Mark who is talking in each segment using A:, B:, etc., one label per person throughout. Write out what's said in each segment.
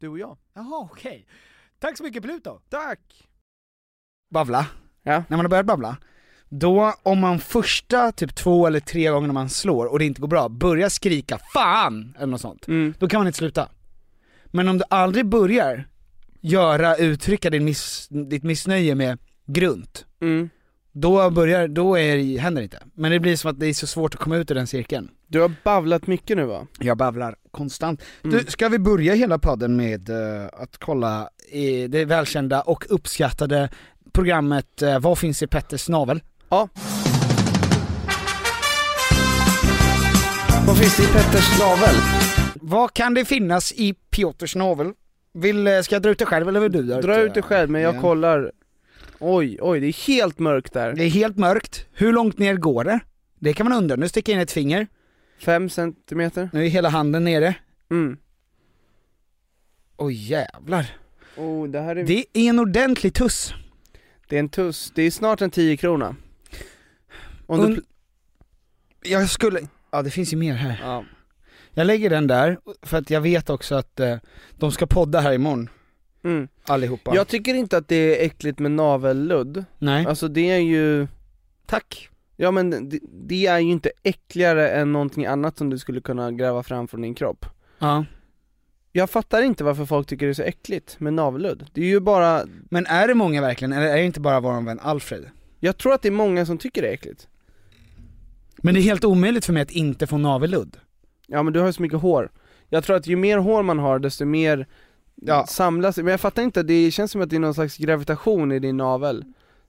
A: Du och jag.
B: Jaha, okej. Tack så mycket Pluto!
A: Tack!
B: Babbla.
A: Ja.
B: När man har börjat babbla, då om man första typ två eller tre gångerna man slår och det inte går bra, börjar skrika 'Fan!' eller något sånt.
C: Mm,
B: Då kan man inte sluta. Men om du aldrig börjar göra, uttrycka din miss, ditt missnöje med grunt,
C: mm.
B: då börjar, då är, det- händer det inte. Men det blir som att det är så svårt att komma ut ur den cirkeln.
C: Du har babblat mycket nu va?
B: Jag babblar konstant.
C: Mm.
B: Du, ska vi börja hela podden med eh, att kolla i det välkända och uppskattade programmet eh, Vad finns i Petters navel?
C: Ja. Vad finns det i Petters navel?
B: Vad kan det finnas i Piotrs navel? Vill, eh, ska jag dra ut det själv eller vill du dra,
C: Dra ut det själv men jag
B: Ja.
C: kollar. Oj, oj det är helt mörkt där.
B: Det är helt mörkt. Hur långt ner går det? Det kan man undra. Nu sticker jag in ett finger.
C: Fem centimeter.
B: Nu är hela handen nere.
C: Mm.
B: Oj jävlar.
C: Oh, det här är...
B: Det är en ordentlig tuss.
C: Det är en tuss. Det är snart en 10 krona. Om
B: Und-
C: du... pl-
B: Jag skulle... Ja det finns ju mer här.
C: Ja.
B: Jag lägger den där, för att jag vet också att eh, de ska podda här imorgon,
C: Mm.
B: allihopa.
C: Jag tycker inte att det är äckligt med navelludd.
B: Nej.
C: Alltså det är ju...
B: Tack.
C: Ja men det, det är ju inte äckligare än någonting annat som du skulle kunna gräva fram från din kropp.
B: Ja.
C: Jag fattar inte varför folk tycker det är så äckligt med navelludd. Det är ju bara,
B: Men är det många verkligen, eller är det inte bara vår vän Alfred?
C: jag tror att det är många som tycker det är äckligt.
B: Men det är helt omöjligt för mig att inte få navelludd.
C: Ja men du har ju så mycket hår. Jag tror att ju mer hår man har desto mer
B: Ja.
C: samlas det. Men jag fattar inte, det känns som att det är någon slags gravitation i din navel.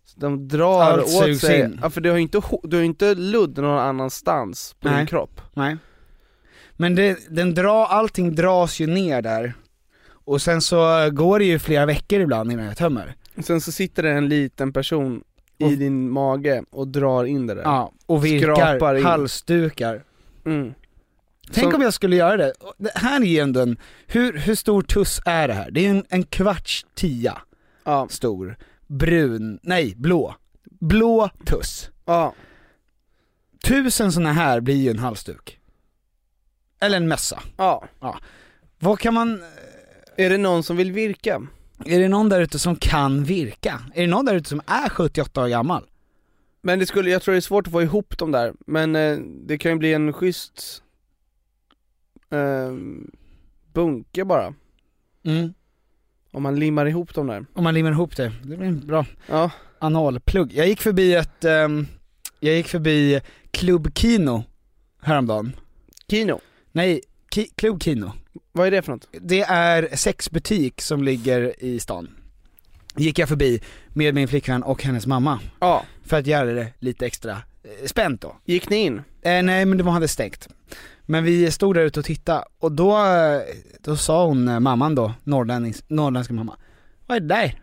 C: Så de drar
B: Allt
C: åt
B: sugs
C: sig.
B: in.
C: Ja för du har ju inte, hår- du har ju inte ludd någon annanstans på
B: Nej.
C: din kropp.
B: Nej. Men det, den dra, allting dras ju ner där. Och sen så går det ju flera veckor ibland innan jag tömmer.
C: Sen så sitter det en liten person i
B: Och-
C: din mage och drar in det där.
B: Ja, och
C: Skrapar
B: virkar,
C: in.
B: halsdukar.
C: Mm.
B: Tänk
C: Så-
B: om jag skulle göra det. Och det här är ju ändå en, hur, hur stor tuss är det här? Det är en, en kvarts tia
C: Ja.
B: stor, brun, nej blå. Blå tuss.
C: ja.
B: Tusen sådana här blir ju en halsduk. Eller en mössa.
C: Ja.
B: Vad kan man,
C: Är det någon som vill virka?
B: är det någon där ute som kan virka? Är det någon där ute som är 78 år gammal?
C: Men det skulle, jag tror det är svårt att få ihop dem där, men eh, det kan ju bli en schysst ehm, bunke bara,
B: Mm.
C: om man limmar ihop dem där.
B: Om man limmar ihop det, det blir en bra
C: Ja,
B: analplugg. Jag gick förbi ett, ehm, jag gick förbi Club Kino häromdagen.
C: Kino,
B: Nej, Ki- Club Kino.
C: vad är det för något?
B: Det är sexbutik som ligger i stan. Gick jag förbi med min flickvän och hennes mamma.
C: Ja,
B: För att göra det lite extra eh, spänt då.
C: gick ni in?
B: Eh, nej men de hade stängt. Men vi stod där ute och tittade och då, eh, då sa hon, eh, mamman då, norrländings, norrländska mamma, vad är det där?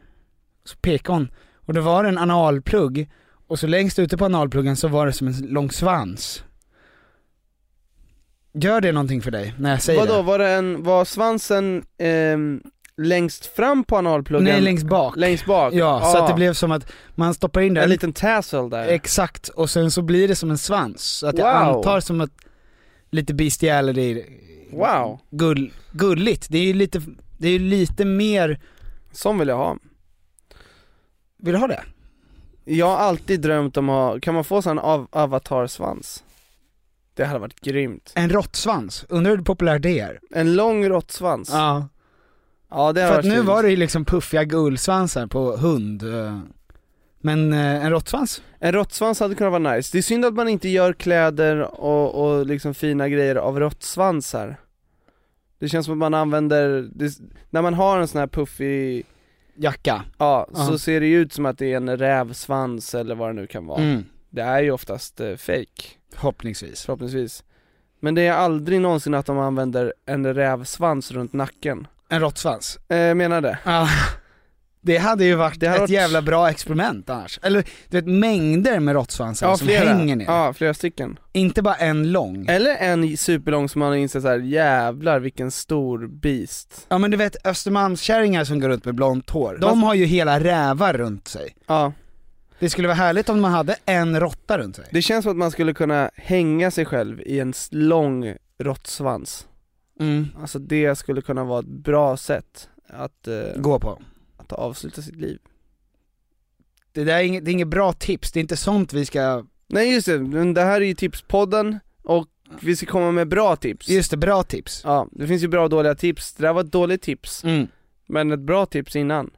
B: Så pekade hon, och det var en analplugg, och så längst ute på analpluggen så var det som en lång svans. Gör det någonting för dig när jag säger
C: Vadå,
B: det?
C: var det en, var svansen ehm, längst fram på analpluggen?
B: Nej längst bak.
C: Längst bak?
B: Ja, så
C: Ah,
B: att det blev som att man stoppar in
C: en
B: den,
C: liten tassel där.
B: exakt, och sen så blir det som en svans. Så att jag
C: Wow.
B: antar som att lite bestiality
C: wow,
B: gull, gulligt. Det är ju lite, det är ju lite mer,
C: sån vill jag ha.
B: vill du ha det?
C: Jag har alltid drömt om att ha, kan man få sån av avatarsvans? Det hade varit grymt.
B: En råttsvans, undrar hur populärt det är?
C: En lång råttsvans. Ja.
B: Ja.
C: det hade
B: För att
C: varit
B: nu
C: fint.
B: var det ju liksom puffiga gullsvansar på hund. eh. Men eh, en råttsvans?
C: En råttsvans hade kunnat vara nice. Det är synd att man inte gör kläder och, och liksom fina grejer av råttsvansar. Det känns som att man använder, det, när man har en sån här puffig,
B: Jacka?
C: ja,
B: Ja.
C: så ser det ju ut som att det är en rävsvans eller vad det nu kan vara.
B: Mm.
C: Det är ju oftast eh, fake,
B: Förhoppningsvis.
C: förhoppningsvis. Men det är aldrig någonsin att de använder en rävsvans runt nacken.
B: En råttsvans?
C: Eh, jag menar det.
B: Ja. Det hade ju varit
C: Det hade
B: ett
C: varit-
B: jävla bra experiment annars. Eller du vet mängder med råttsvansar som hänger ner.
C: Ja, flera stycken.
B: Inte bara en lång.
C: Eller en superlång som man inser såhär, jävlar vilken stor beast.
B: Ja men du vet Östermalmskärringar som går runt med blont hår, de
C: Fast-
B: har ju hela rävar runt sig.
C: Ja.
B: Det skulle vara härligt om man hade en råtta runt sig.
C: Det känns som att man skulle kunna hänga sig själv i en s- lång råttsvans.
B: Mm.
C: Alltså det skulle kunna vara ett bra sätt att, eh,
B: Gå på.
C: att avsluta sitt liv.
B: Det där är inget, det är inget bra tips, det är inte sånt vi ska...
C: Nej just det, men det här är ju tipspodden och vi ska komma med bra tips.
B: Just det, bra tips.
C: Ja, det finns ju bra och dåliga tips. Det där var ett dåligt tips,
B: Mm.
C: men ett bra tips innan.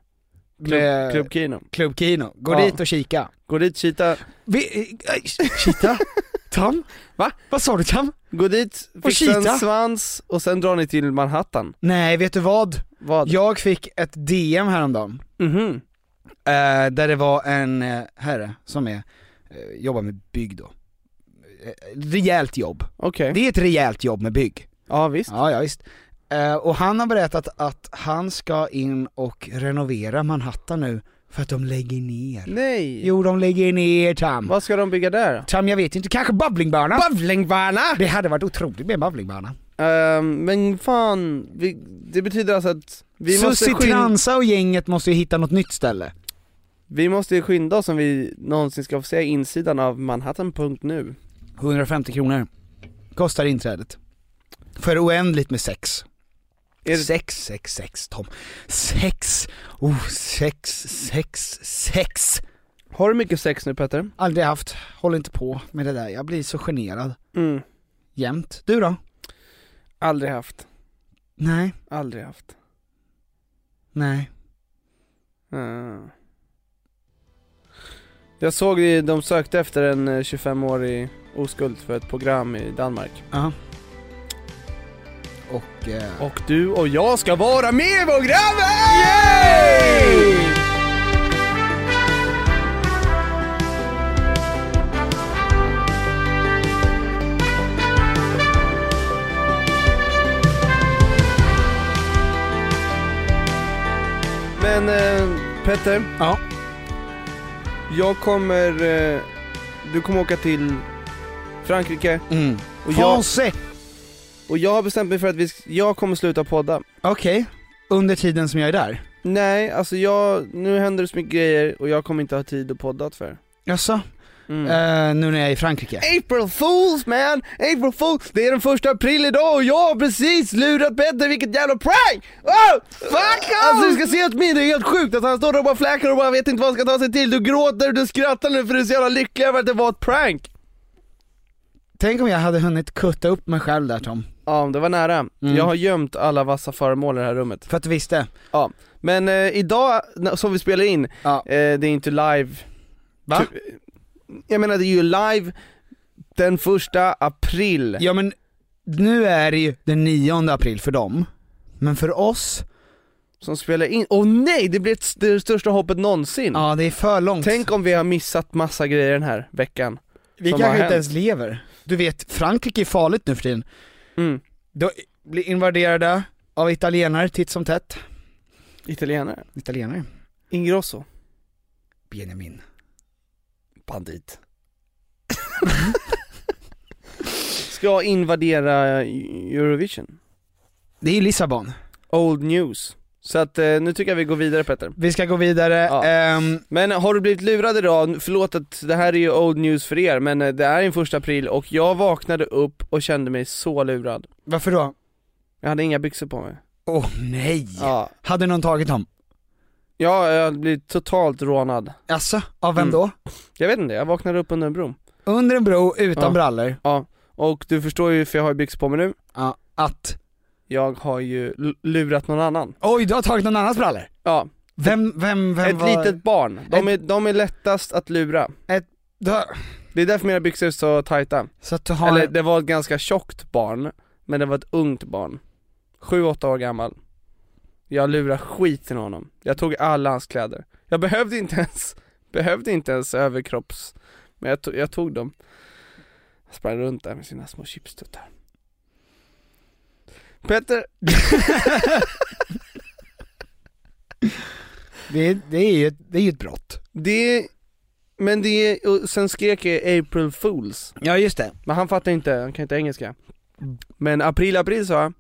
C: Klubb,
B: Med-
C: Klubb Kino.
B: Club Kino, gå
C: Ja.
B: dit och kika.
C: Gå dit, kita.
B: Vi, eh, eh, kita? Tam?
C: Va?
B: Vad sa du Tam?
C: Gå dit, fixa
B: kita.
C: en svans och sen drar ni till Manhattan.
B: Nej, vet du vad?
C: Vad?
B: Jag fick ett DM häromdagen,
C: Mhm.
B: eh, där det var en eh, herre som är, eh, jobbar med bygg då. Eh, rejält jobb.
C: Okej.
B: Det är ett rejält jobb med bygg.
C: Ja visst.
B: Ja, ja visst. Eh, och han har berättat att han ska in och renovera Manhattan nu för att de lägger ner.
C: Nej.
B: Jo, de lägger ner Tam.
C: Vad ska de bygga där då?
B: Tam, jag vet inte, kanske bowlingbana?
C: Bowlingbana!
B: Det hade varit otroligt med en bowlingbana.
C: Ehm, men fan, vi, det betyder alltså att vi måste,
B: Susie
C: skynda,
B: Transa och gänget måste ju hitta något nytt ställe.
C: vi måste skynda oss om vi någonsin ska få se insidan av Manhattan.nu
B: 150 kronor kostar inträdet. För oändligt med sex.
C: Är det-
B: Sex, sex, sex Tom. Sex, oh, sex, sex, sex.
C: Har du mycket sex nu Petter?
B: Aldrig haft, håll inte på med det där, jag blir så generad.
C: Mm,
B: jämt. Du då?
C: aldrig haft,
B: Nej,
C: aldrig haft
B: nej.
C: Ehm. Jag såg det, de sökte efter en eh, 25-årig oskuld för ett program i Danmark
B: Ja. Och... Eh,
C: Och du och jag ska vara med i programmet! Men eh, Petter,
B: Ja.
C: jag kommer... Eh, du kommer åka till Frankrike
B: Mm.
C: och jag,
B: Fonse!
C: och jag har bestämt mig för att vi, sk- jag kommer sluta podda.
B: Okej. Under tiden som jag är där?
C: Nej, alltså jag, nu händer det så mycket grejer och jag kommer inte ha tid att podda för.
B: Jaså?
C: Mm.
B: Eh, nu när jag är i Frankrike?
C: April Fools man! April Fools! Det är den första april idag och jag har precis lurat Petter vilket jävla prank! Oh! Fuck Alltså du ska se att min, det är helt sjukt att han står där och bara fläkar och bara vet inte vad han ska ta sig till. Du gråter, du skrattar nu för du är så jävla lycklig över att det var ett prank.
B: Tänk om jag hade hunnit kutta upp mig själv där Tom.
C: Ja, det var nära.
B: Mm.
C: Jag har gömt alla vassa föremål i det här rummet.
B: För att du visste?
C: Men eh, idag, när- som vi spelar in,
B: Ja.
C: eh, det är inte live.
B: Va?
C: Tu- Jag menar det är ju live den första april.
B: Ja men nu är det ju den 9 april för dem, men för oss,
C: som spelar in. Åh nej, det blir ett, st- det största hoppet någonsin!
B: ja det är för långt.
C: Tänk om vi har missat massa grejer den här veckan.
B: vi
C: som har
B: kanske
C: hänt.
B: inte ens lever. Du vet, Frankrike är farligt nu för tiden.
C: Mm.
B: De blir invaderade av italienare titt som tätt.
C: Italienare.
B: Italienare?
C: Ingrosso.
B: Benjamin.
C: Bandit. Ska invadera Eurovision.
B: Det är ju Lissabon.
C: Old news. Så att eh, nu tycker jag vi går vidare Petter.
B: Vi ska gå vidare,
C: Ja.
B: Ehm,
C: Men har du blivit lurad idag? Förlåt att det här är ju old news för er, men eh, det är en första april och jag vaknade upp och kände mig så lurad.
B: varför då?
C: Jag hade inga byxor på mig.
B: Åh oh, nej!
C: Ja.
B: Hade någon tagit dem?
C: Ja, jag hade blivit totalt rånad.
B: Alltså, av vem
C: Mm.
B: då?
C: Jag vet inte, jag vaknade upp under en bro.
B: Under en bro, utan
C: Ja.
B: brallor,
C: Och du förstår ju, för jag har ju byxor på mig nu,
B: ja, att
C: jag har ju l- lurat någon annan.
B: Oj, du har tagit någon annans brallor?
C: Ja,
B: Vem, vem, vem
C: ett
B: var...
C: litet barn. De är, de är lättast att lura.
B: Du har...
C: Det är därför mina byxor är så tajta.
B: Så att du har...
C: Eller det var ett ganska tjockt barn, men det var ett ungt barn. Sju, åtta år gammal. Jag lurade skiten ur honom. Jag tog alla hans kläder. Jag behövde inte ens, behövde inte ens överkropps, men jag tog, jag tog dem. Jag sprang runt där med sina små chipstuttar. Petter,
B: Det, det, är ju, det är ju ett brott.
C: det, men det, och sen skrek jag April Fools,
B: Ja just det.
C: men han fattar inte, han kan inte engelska. Men april, april sa jag,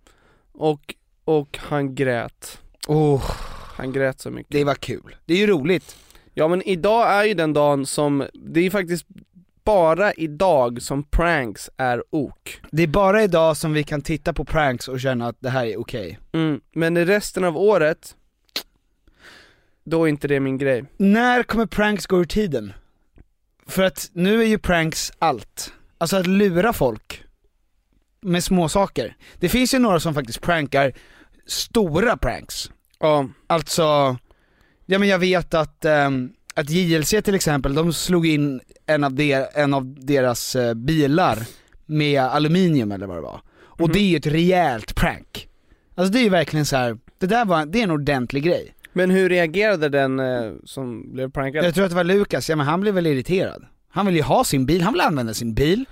C: och, och han grät.
B: Oh,
C: Han grät så mycket.
B: det var kul. Det är ju roligt.
C: Ja men idag är ju den dagen som, det är faktiskt bara idag som pranks är ok.
B: Det är bara idag som vi kan titta på pranks och känna att det här är okej.
C: Mm. Men i resten av året, då är inte det min grej.
B: När kommer pranks gå ur tiden? För att nu är ju pranks allt. Alltså att lura folk med små saker. Det finns ju några som faktiskt prankar stora pranks.
C: Ja,
B: Alltså, ja men jag vet att, ehm, att JLC till exempel, de slog in en av, der, en av deras eh, bilar med aluminium eller vad det var. Och det är ju ett rejält prank. Alltså det är ju verkligen så här. det där var, det är en ordentlig grej.
C: men hur reagerade den eh, som blev prankad?
B: Jag tror att det var Lukas, ja men han blev väl irriterad. Han vill ju ha sin bil, han vill använda sin bil.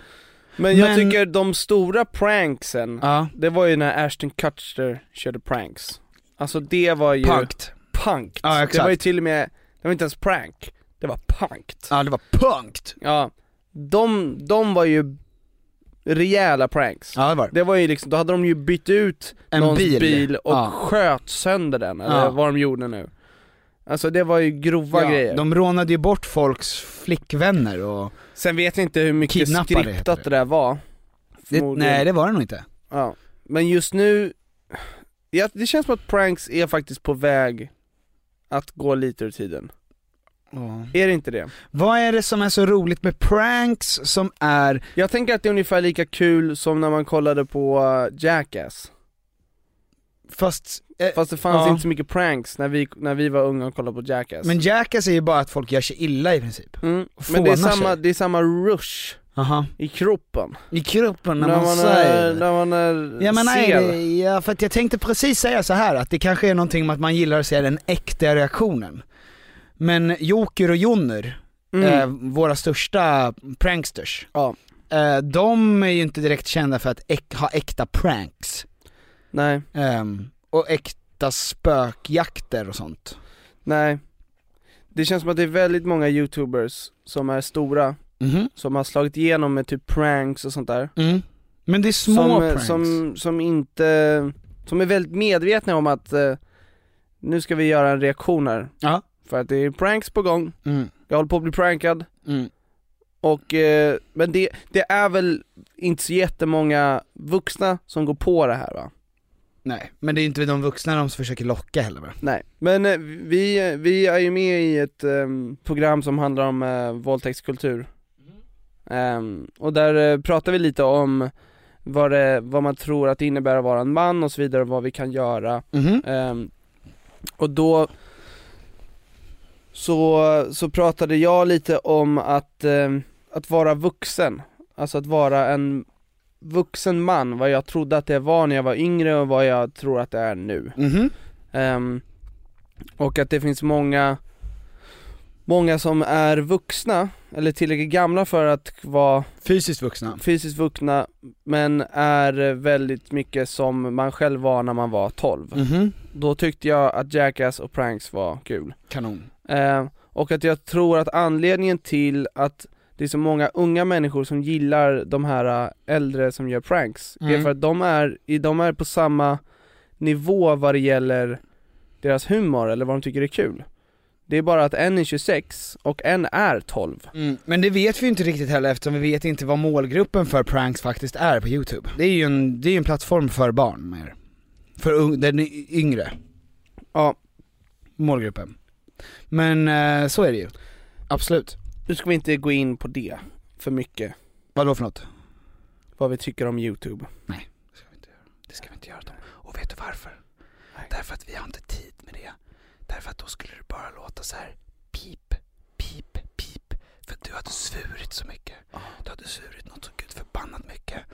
C: Men jag
B: men-
C: tycker de stora pranksen,
B: Ja.
C: det var ju när Ashton Kutcher körde pranks. Alltså det var ju
B: Punkt.
C: punkt.
B: Ja, exakt.
C: det var ju till och med, det var inte ens prank, det var punkt.
B: Ja det var punkt.
C: Ja, de, de var ju rejäla pranks.
B: Ja det var det.
C: Det var ju liksom, då hade de ju bytt ut
B: En
C: någons
B: bil.
C: bil, och
B: Ja.
C: sköt sönder den, eller
B: Ja.
C: vad de gjorde nu. Alltså det var ju grova
B: Ja,
C: grejer.
B: de rånade ju bort folks flickvänner och...
C: Sen vet jag inte hur mycket
B: Kidnappade heter
C: skriptat
B: det.
C: det där var.
B: Det,
C: Förmodligen.
B: nej det var det nog inte.
C: Ja. Men just nu, ja, det känns som att pranks är faktiskt på väg att gå lite ur tiden.
B: Ja.
C: Är det inte det?
B: Vad är det som är så roligt med pranks som är,
C: Jag tänker att det är ungefär lika kul som när man kollade på eh, Jackass.
B: fast, eh,
C: Fast det fanns
B: Ja.
C: inte så mycket pranks när vi, när vi var unga och kollade på Jackass
B: men Jackass är ju bara att folk gör sig illa i princip.
C: mm. Men det är,
B: fånar
C: samma,
B: sig.
C: det är samma rush
B: Aha.
C: i kroppen
B: I kroppen när,
C: När
B: man,
C: man är,
B: säger det.
C: när man är
B: Ja men nej,
C: ser
B: det, ja, för att jag tänkte precis säga så här att det kanske är någonting med att man gillar att se den äkta reaktionen. Men Joker och Jonner,
C: mm.
B: eh, våra största pranksters,
C: Ja.
B: eh, de är ju inte direkt kända för att äk- ha äkta pranks.
C: Nej,
B: Ehm, och äkta spökjakter och sånt.
C: nej Det känns som att det är väldigt många youtubers som är stora,
B: Mhm.
C: som har slagit igenom med typ pranks och sånt där
B: Mm. Men det är små
C: som, eh,
B: pranks.
C: som, som inte, som är väldigt medvetna om att eh, nu ska vi göra en reaktion här
B: Ja.
C: För att det är pranks på gång,
B: Mm.
C: jag håller på att bli prankad
B: Mm.
C: Och, eh, men det, det är väl inte så jättemånga vuxna som går på det här va?
B: Nej, men det är inte de vuxna de som försöker locka heller va?
C: Nej. Men eh, vi, vi är ju med i ett ehm, program som handlar om eh, våldtäktskultur. Ehm, och där eh, pratar vi lite om vad, det, vad man tror att det innebär att vara en man och så vidare, och vad vi kan göra.
B: Mhm.
C: Ehm, och då så, så pratade jag lite om att, ehm, att vara vuxen, alltså att vara en vuxen man, vad jag trodde att det var när jag var yngre och vad jag tror att det är nu.
B: Mhm.
C: Ehm, och att det finns många, många som är vuxna, eller tillräckligt gamla för att vara
B: Fysiskt vuxna.
C: fysiskt vuxna, men är väldigt mycket som man själv var när man var 12.
B: Mhm.
C: Då tyckte jag att Jackass och Pranks var kul.
B: Kanon.
C: Eh, och att jag tror att anledningen till att det är så många unga människor som gillar de här eh, äldre som gör pranks, är
B: Mm.
C: för att de är, i- de är på samma nivå vad det gäller deras humor eller vad de tycker är kul. Det är bara att en är 26 och en är 12.
B: Mm. Men det vet vi ju inte riktigt heller eftersom vi vet inte vad målgruppen för pranks faktiskt är på youtube. Det är ju en, det är ju en plattform för barn mer. För un, den y- yngre
C: Ja,
B: målgruppen. Men eh, så är det ju. Absolut.
C: nu ska vi inte gå in på det för mycket,
B: Vadå för något?
C: vad vi tycker om youtube.
B: Det ska vi inte göra Tom. Och vet du varför? Därför att vi har inte tid med det. Därför att då skulle det bara låta så här pip, pip, pip. För att du hade svurit så mycket. Du hade svurit något så gud förbannat mycket.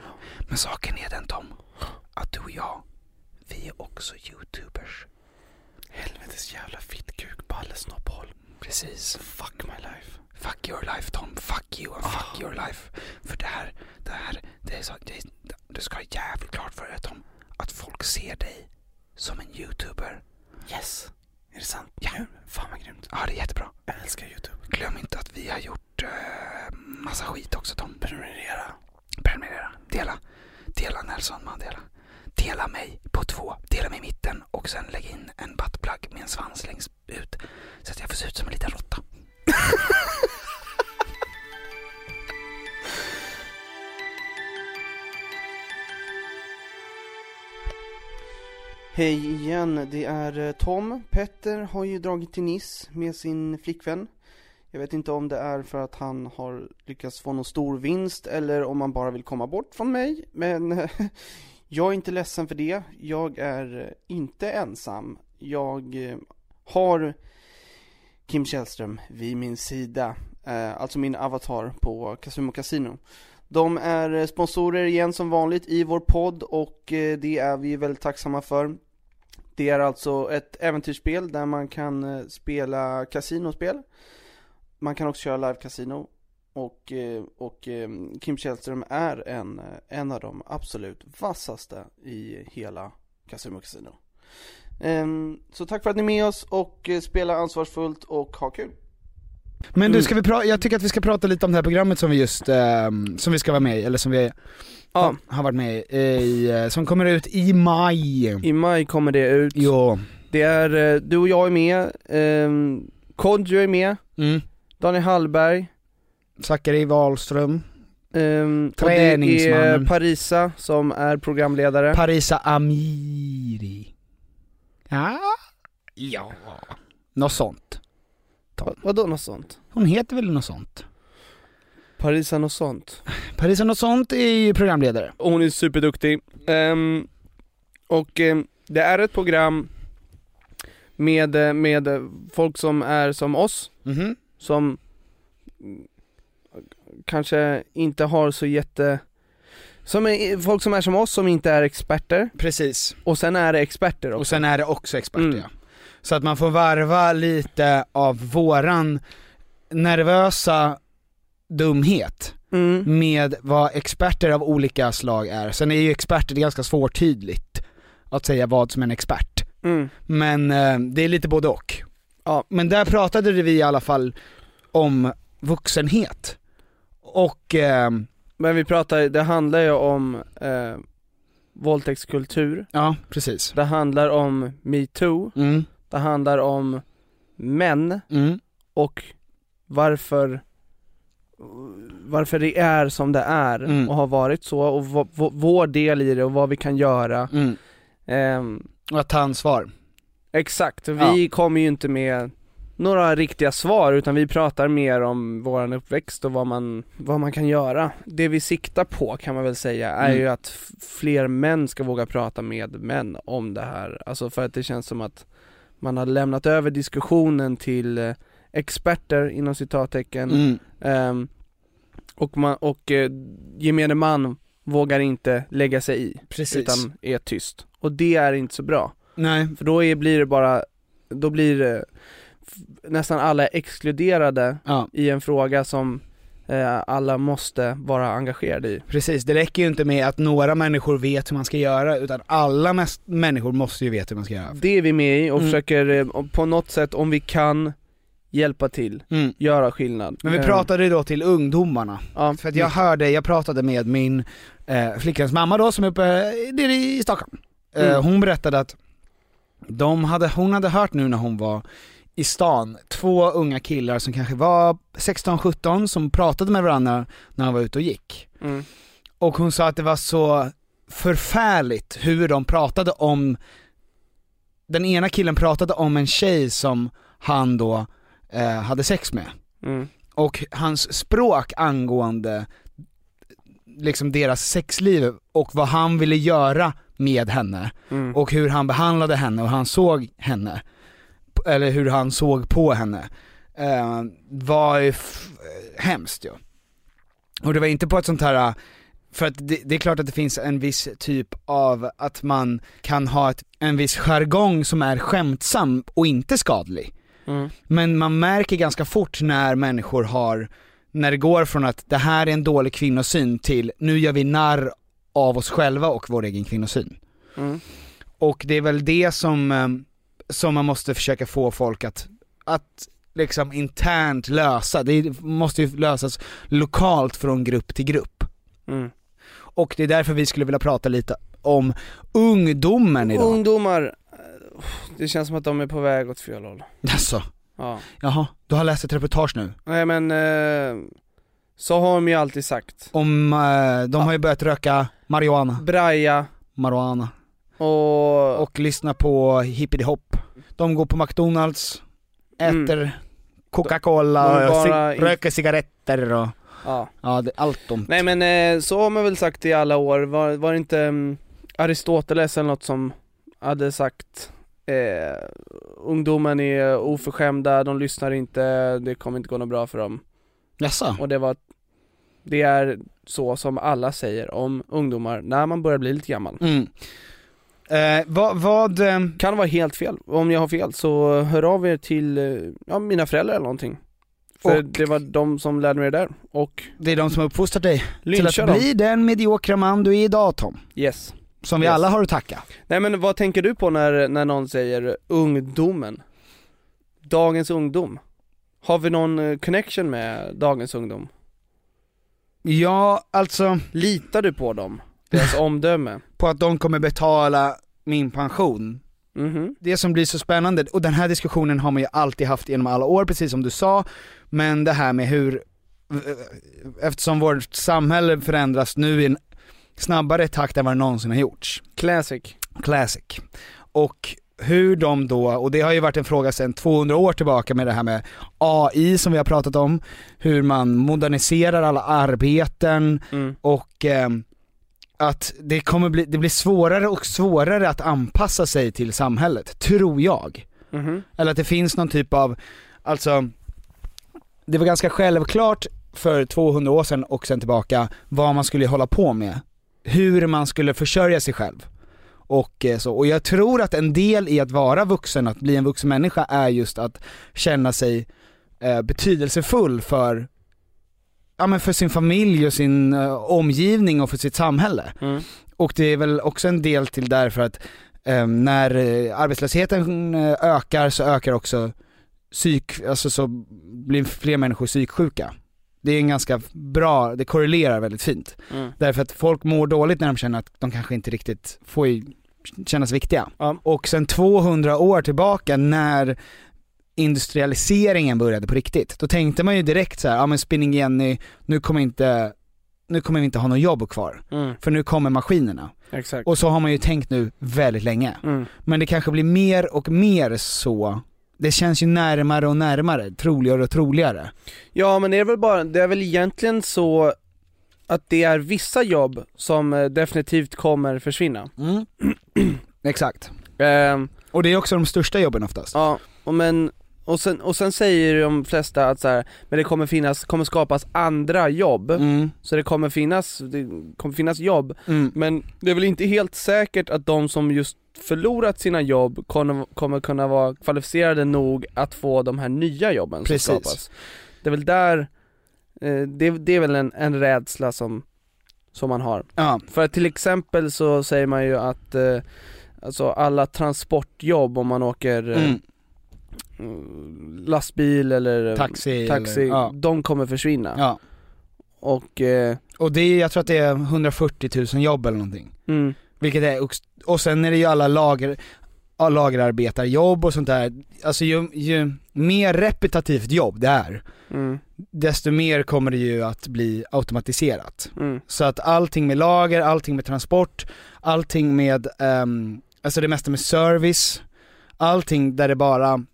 B: Men saken är den Tom, att du och jag, vi är också youtubers. Helvetes jävla fittkuk, balle, snoppholm. Precis. Fuck my life. Ah. Fuck your life Tom, fuck you and fuck your life. För det här, det här, det är så, det är, du ska ha jävligt klart för dig Tom, att folk ser dig som en youtuber. Yes. Är det sant? Ja. Fan vad grymt. Ja, det är jättebra. Jag älskar youtube. Glöm inte att vi har gjort eh, massa skit också Tom. Prenumerera. Prenumerera. Dela. Dela Nelson Mandela. Dela mig på två. Dela mig i mitten och sen lägg in en buttplug med en svans längst ut. Så att jag får se ut som en liten råtta.
C: Hej igen, det är eh, Tom. Petter har ju dragit till Nice med sin flickvän. Jag vet inte om det är för att han har lyckats få någon stor vinst eller om han bara vill komma bort från mig. Men eh, jag är inte ledsen för det. Jag är eh, inte ensam. Jag eh, har Kim Källström vid min sida, eh, alltså min avatar på Casino Casino. De är eh, sponsorer igen som vanligt i vår podd och eh, det är vi väldigt tacksamma för. Det är alltså ett äventyrsspel där man kan eh, spela kasinospel. Man kan också köra live kasino och, eh, och eh, Kim Källström är en, eh, en av de absolut vassaste i hela Casino Casino. Ehm, Så tack för att ni är med oss och eh, spela ansvarsfullt och ha kul.
B: Men du,
C: Mm.
B: ska vi pra- jag tycker att vi ska prata lite om det här programmet som vi just, ehm, som vi ska vara med i, eller som vi
C: Ja,
B: har varit med i, eh, som kommer ut i maj.
C: i maj kommer det ut.
B: Jo.
C: Det är, eh, du och jag är med, ehm, Kodjo är med,
B: Mm.
C: Daniel Hallberg,
B: Zachary Wahlström,
C: ehm, och det är
B: Träningsmannen.
C: Parisa som är programledare.
B: Parisa Amiri. Ja. Ja. Något sånt.
C: Va- Vadå något sånt?
B: Hon heter väl något sånt?
C: Parisa något sånt.
B: Parisa något sånt är ju programledare.
C: Och Hon är superduktig. Ehm, och ehm, det är ett program med, eh, med eh, folk som är som oss,
B: Mhm.
C: som mm, kanske inte har så jätte... Som är, folk som är som oss som inte är experter,
B: Precis.
C: och sen är det experter också.
B: Och sen är det också experter
C: Mm.
B: ja. Så att man får varva lite av våran nervösa dumhet
C: Mm.
B: med vad experter av olika slag är. Sen är ju experter, det är ganska svårtydligt att säga vad som är en expert.
C: Mm.
B: Men eh, det är lite både och.
C: Ja.
B: Men där pratade vi i alla fall om vuxenhet. Och, eh,
C: Men vi pratar, det handlar ju om eh, våldtäktskultur,
B: ja precis.
C: det handlar om metoo,
B: Mm,
C: det handlar om män
B: mm,
C: och varför varför det är som det är
B: Mm.
C: och har varit så och v- v- vår del i det och vad vi kan göra.
B: mm.
C: Ehm,
B: Och att ta ansvar.
C: exakt, vi kommer ju inte med några riktiga svar utan vi pratar mer om våran uppväxt och vad man, vad man kan göra. Det vi siktar på kan man väl säga är
B: Mm.
C: ju att f- fler män ska våga prata med män om det här. Alltså för att det känns som att man har lämnat över diskussionen till eh, experter inom citattecken
B: Mm.
C: Ehm, och man, och eh, gemene man vågar inte lägga sig i
B: Precis.
C: utan är tyst. Och det är inte så bra.
B: Nej,
C: För då är, blir det bara, då blir det, f- nästan alla är exkluderade
B: ja.
C: i en fråga som eh, alla måste vara engagerade i.
B: Precis, det räcker ju inte med att några människor vet hur man ska göra utan alla mest- människor måste ju veta hur man ska göra.
C: Det är vi med i och
B: Mm.
C: försöker eh, om- på något sätt, om vi kan, hjälpa till,
B: Mm.
C: göra skillnad.
B: Men vi
C: Eh,
B: pratade ju då till ungdomarna,
C: ja,
B: för att jag hörde, jag pratade med min eh, flickans mamma då som är uppe eh, nere i Stockholm. Eh,
C: Mm.
B: Hon berättade att de hade, hon hade hört nu när hon var i stan, två unga killar som kanske var 16-17 som pratade med varandra när de var ute och gick.
C: Mm.
B: Och hon sa att det var så förfärligt hur de pratade om, den ena killen pratade om en tjej som han då eh, hade sex med.
C: Mm.
B: Och hans språk angående liksom deras sexliv och vad han ville göra med henne
C: Mm.
B: och hur han behandlade henne och hur han såg henne, P- eller hur han såg på henne, eh, var ju f- eh, hemskt ju. Och det var inte på ett sånt här, eh, för att det, det är klart att det finns en viss typ av att man kan ha ett, en viss jargong som är skämtsam och inte skadlig.
C: Mm.
B: Men man märker ganska fort när människor har, när det går från att det här är en dålig kvinnosyn till nu gör vi narr av oss själva och vår egen kvinnosyn.
C: Mm.
B: Och det är väl det som, eh, som man måste försöka få folk att, att liksom internt lösa. Det måste ju lösas lokalt från grupp till grupp.
C: Mm.
B: Och det är därför vi skulle vilja prata lite om ungdomen idag.
C: Ungdomar, eh, det känns som att de är på väg åt fel håll.
B: Alltså,
C: Ja.
B: jaha, du har läst ett reportage nu
C: Nej men, eh, så har de ju alltid sagt.
B: om, eh, de har ju börjat röka marijuana.
C: Braja
B: marijuana
C: och,
B: och lyssna på hippity hop. De går på McDonalds,
C: Mm.
B: äter Coca-Cola,
C: De- de
B: och
C: bara
B: ci-
C: in-
B: röker cigaretter och
C: ja.
B: ja, det, allt de...
C: Nej men eh, så har man väl sagt i alla år, var, var det inte mm, Aristoteles eller något som hade sagt eh, ungdomen är oförskämda, de lyssnar inte, det kommer inte gå något bra för dem.
B: Jaså?
C: Och det var, det är så som alla säger om ungdomar när man börjar bli lite gammal.
B: Mm. Eh, vad, vad, eh,
C: Kan vara helt fel, om jag har fel så hör av er till eh, ja, mina föräldrar eller någonting. För
B: Och-
C: det var de som lärde mig det där och
B: det är de som har uppfostrat dig till
C: lyncha
B: att
C: dem.
B: bli den mediokra man du är idag Tom.
C: Yes.
B: Som vi
C: Yes.
B: alla har att tacka.
C: Nej men vad tänker du på när, när någon säger ungdomen? Dagens ungdom? Har vi någon eh, connection med dagens ungdom?
B: Ja, alltså
C: Litar du på dem? Deras omdöme?
B: på att de kommer betala min pension
C: Mhm,
B: det som blir så spännande, och den här diskussionen har man ju alltid haft genom alla år, precis som du sa, men det här med hur, eh, eftersom vårt samhälle förändras nu i en snabbare takt än vad det någonsin har gjorts,
C: classic
B: classic. Och hur de då, och det har ju varit en fråga sedan 200 år tillbaka med det här med AI som vi har pratat om, hur man moderniserar alla arbeten,
C: mm.
B: och ehm, att det kommer bli, det blir svårare och svårare att anpassa sig till samhället, tror jag.
C: Mhm.
B: Eller att det finns någon typ av, alltså, det var ganska självklart för 200 år sedan och sen tillbaka vad man skulle hålla på med. Hur man skulle försörja sig själv. Och eh, så, och jag tror att en del i att vara vuxen, att bli en vuxen människa är just att känna sig eh, betydelsefull för, ja men för sin familj och sin eh, omgivning och för sitt samhälle.
C: Mm.
B: Och det är väl också en del till därför att eh, när eh, arbetslösheten eh, ökar så ökar också psyk, alltså så blir fler människor psyksjuka. Det är en ganska bra, det korrelerar väldigt fint.
C: Mm.
B: Därför att folk mår dåligt när de känner att de kanske inte riktigt får ju kännas viktiga.
C: Ja.
B: Och sen 200 år tillbaka när industrialiseringen började på riktigt, då tänkte man ju direkt så här, ja men spinning Jenny, nu kommer inte, nu kommer vi inte ha något jobb kvar.
C: Mm.
B: För nu kommer maskinerna.
C: Exakt
B: Och så har man ju tänkt nu väldigt länge.
C: mm.
B: Men det kanske blir mer och mer så det känns ju närmare och närmare, troligare och troligare.
C: Ja men det är väl bara, det är väl egentligen så att det är vissa jobb som eh, definitivt kommer försvinna.
B: Exakt.
C: Ehm,
B: Och det är också de största jobben oftast.
C: ja, och men, och sen, och sen säger de flesta att så här, men det kommer finnas, kommer skapas andra jobb.
B: Mm.
C: Så det kommer finnas, det kommer finnas jobb.
B: Mm.
C: Men det är väl inte helt säkert att de som just förlorat sina jobb kommer, kommer kunna vara kvalificerade nog att få de här nya jobben som
B: Precis.
C: skapas. Det är väl där, eh, det, det är väl en, en rädsla som, som man har.
B: Ja.
C: För att till exempel så säger man ju att eh, Alltså alla transportjobb om man åker eh,
B: Mm.
C: lastbil eller eh,
B: Taxi.
C: taxi
B: Eller, ja.
C: de kommer försvinna.
B: ja.
C: Och, eh,
B: Och det är, jag tror att det är 140 000 jobb eller någonting.
C: mm.
B: Vilket är, och- och sen är det ju alla lager, ja, lagerarbetarjobb och sånt där. Alltså ju, ju mer repetitivt jobb det är,
C: Mm,
B: desto mer kommer det ju att bli automatiserat.
C: mm,
B: Så att allting med lager, allting med transport, allting med, ehm, alltså det mesta med service, allting där det bara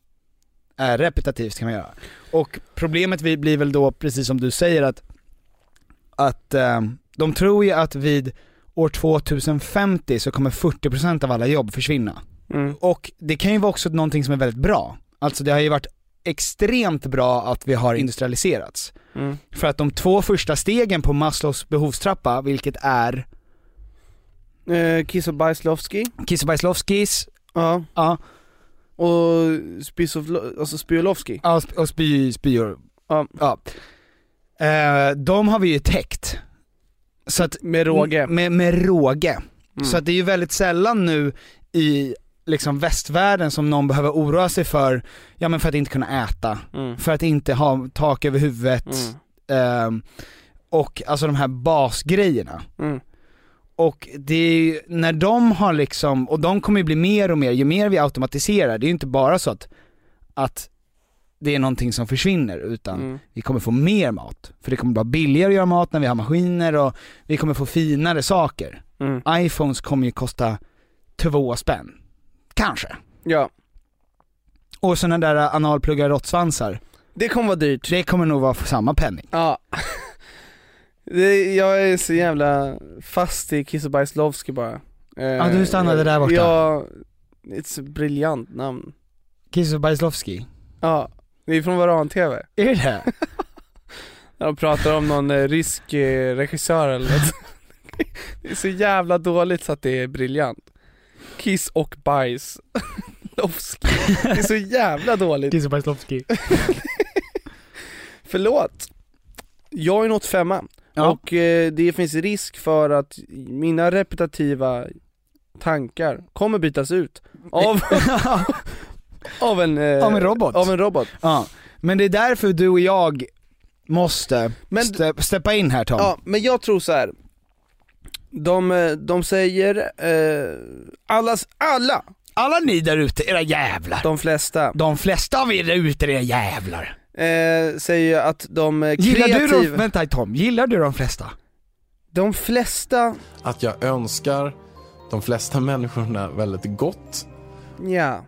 B: är repetitivt kan man göra. Och problemet vi- blir väl då, precis som du säger, att, att ehm, de tror ju att vid år 2050 så kommer 40% av alla jobb försvinna.
C: mm,
B: Och det kan ju vara också någonting som är väldigt bra. Alltså det har ju varit extremt bra att vi har industrialiserats.
C: mm,
B: För att de två första stegen på Maslows behovstrappa, vilket är
C: Eh, Kiss och Bajslovski,
B: Kissebajslovskis
C: ja,
B: ja,
C: och Spisov, alltså Spiolovski.
B: ja, sp- och spy, spyor,
C: Ja.
B: ja. Eh, de har vi ju täckt. Så att,
C: Med råge.
B: Med, med råge.
C: Mm.
B: Så att det är ju väldigt sällan nu i liksom västvärlden som någon behöver oroa sig för, ja men för att inte kunna äta,
C: Mm,
B: för att inte ha tak över huvudet
C: mm,
B: ehm, och alltså de här basgrejerna.
C: mm,
B: Och det är ju, när de har liksom, och de kommer ju bli mer och mer, ju mer vi automatiserar, det är ju inte bara så att, att det är någonting som försvinner utan
C: mm,
B: vi kommer få mer mat. För det kommer vara billigare att göra mat när vi har maskiner och vi kommer få finare saker.
C: mm.
B: Iphones kommer ju kosta två spänn. Kanske.
C: Ja,
B: Och sådana där analpluggar råttsvansar,
C: det kommer vara dyrt.
B: det kommer nog vara för samma penning.
C: Ja. Det, jag är så jävla fast i Kiss och Bajslovski bara. Eh,
B: Ja, du stannade där borta.
C: Ja, ett så briljant namn.
B: Kizubajslovski,
C: Ja, det är från Varan-TV.
B: är det det?
C: När de pratar om någon eh, rysk eh, regissör eller något. Det är så jävla dåligt så att det är briljant. Kiss och bajs. Lovski. Det är så jävla dåligt.
B: Kizubajslovski.
C: Förlåt. Jag är något femma.
B: Ja.
C: Och eh, det finns risk för att mina repetitiva tankar kommer bytas ut av, av, en, eh,
B: Av en robot.
C: Av en robot.
B: Ja, men det är därför du och jag måste
C: Men-
B: ste- steppa in här Tom.
C: Ja, men jag tror så här. De, eh, de säger, eh, allas, alla,
B: Alla ni där ute, era jävlar.
C: de flesta,
B: De flesta av er där ute, era jävlar.
C: eh, säger att de eh,
B: Gillar
C: kreativa,
B: du de, vänta Tom, gillar du de flesta?
C: de flesta,
D: Att jag önskar de flesta människorna väldigt gott.
C: ja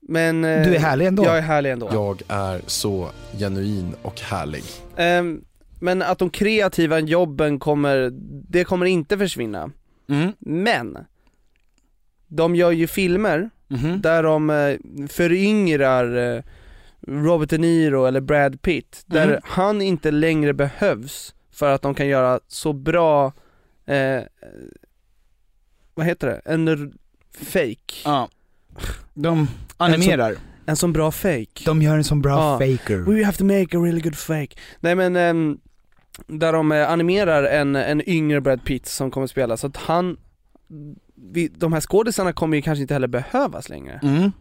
C: Men... eh,
B: Du är härlig ändå.
C: Jag är härlig ändå.
D: Jag är så genuin och härlig.
C: Ehm, men att de kreativa jobben kommer, det kommer inte försvinna.
B: Mm.
C: Men, de gör ju filmer
B: Mhm.
C: där de eh, föryngrar eh, Robert De Niro eller Brad Pitt, där
B: Mm.
C: han inte längre behövs för att de kan göra så bra, eh, vad heter det, en r- fake.
B: Ja. De animerar.
C: En sån bra fake.
B: De gör en sån bra
C: Ja.
B: faker.
C: We have to make a really good fake. Nej men, ehm, där de eh, animerar en, en yngre Brad Pitt som kommer spela, så att han, vi, de här skådisarna kommer ju kanske inte heller behövas längre.
B: Mm.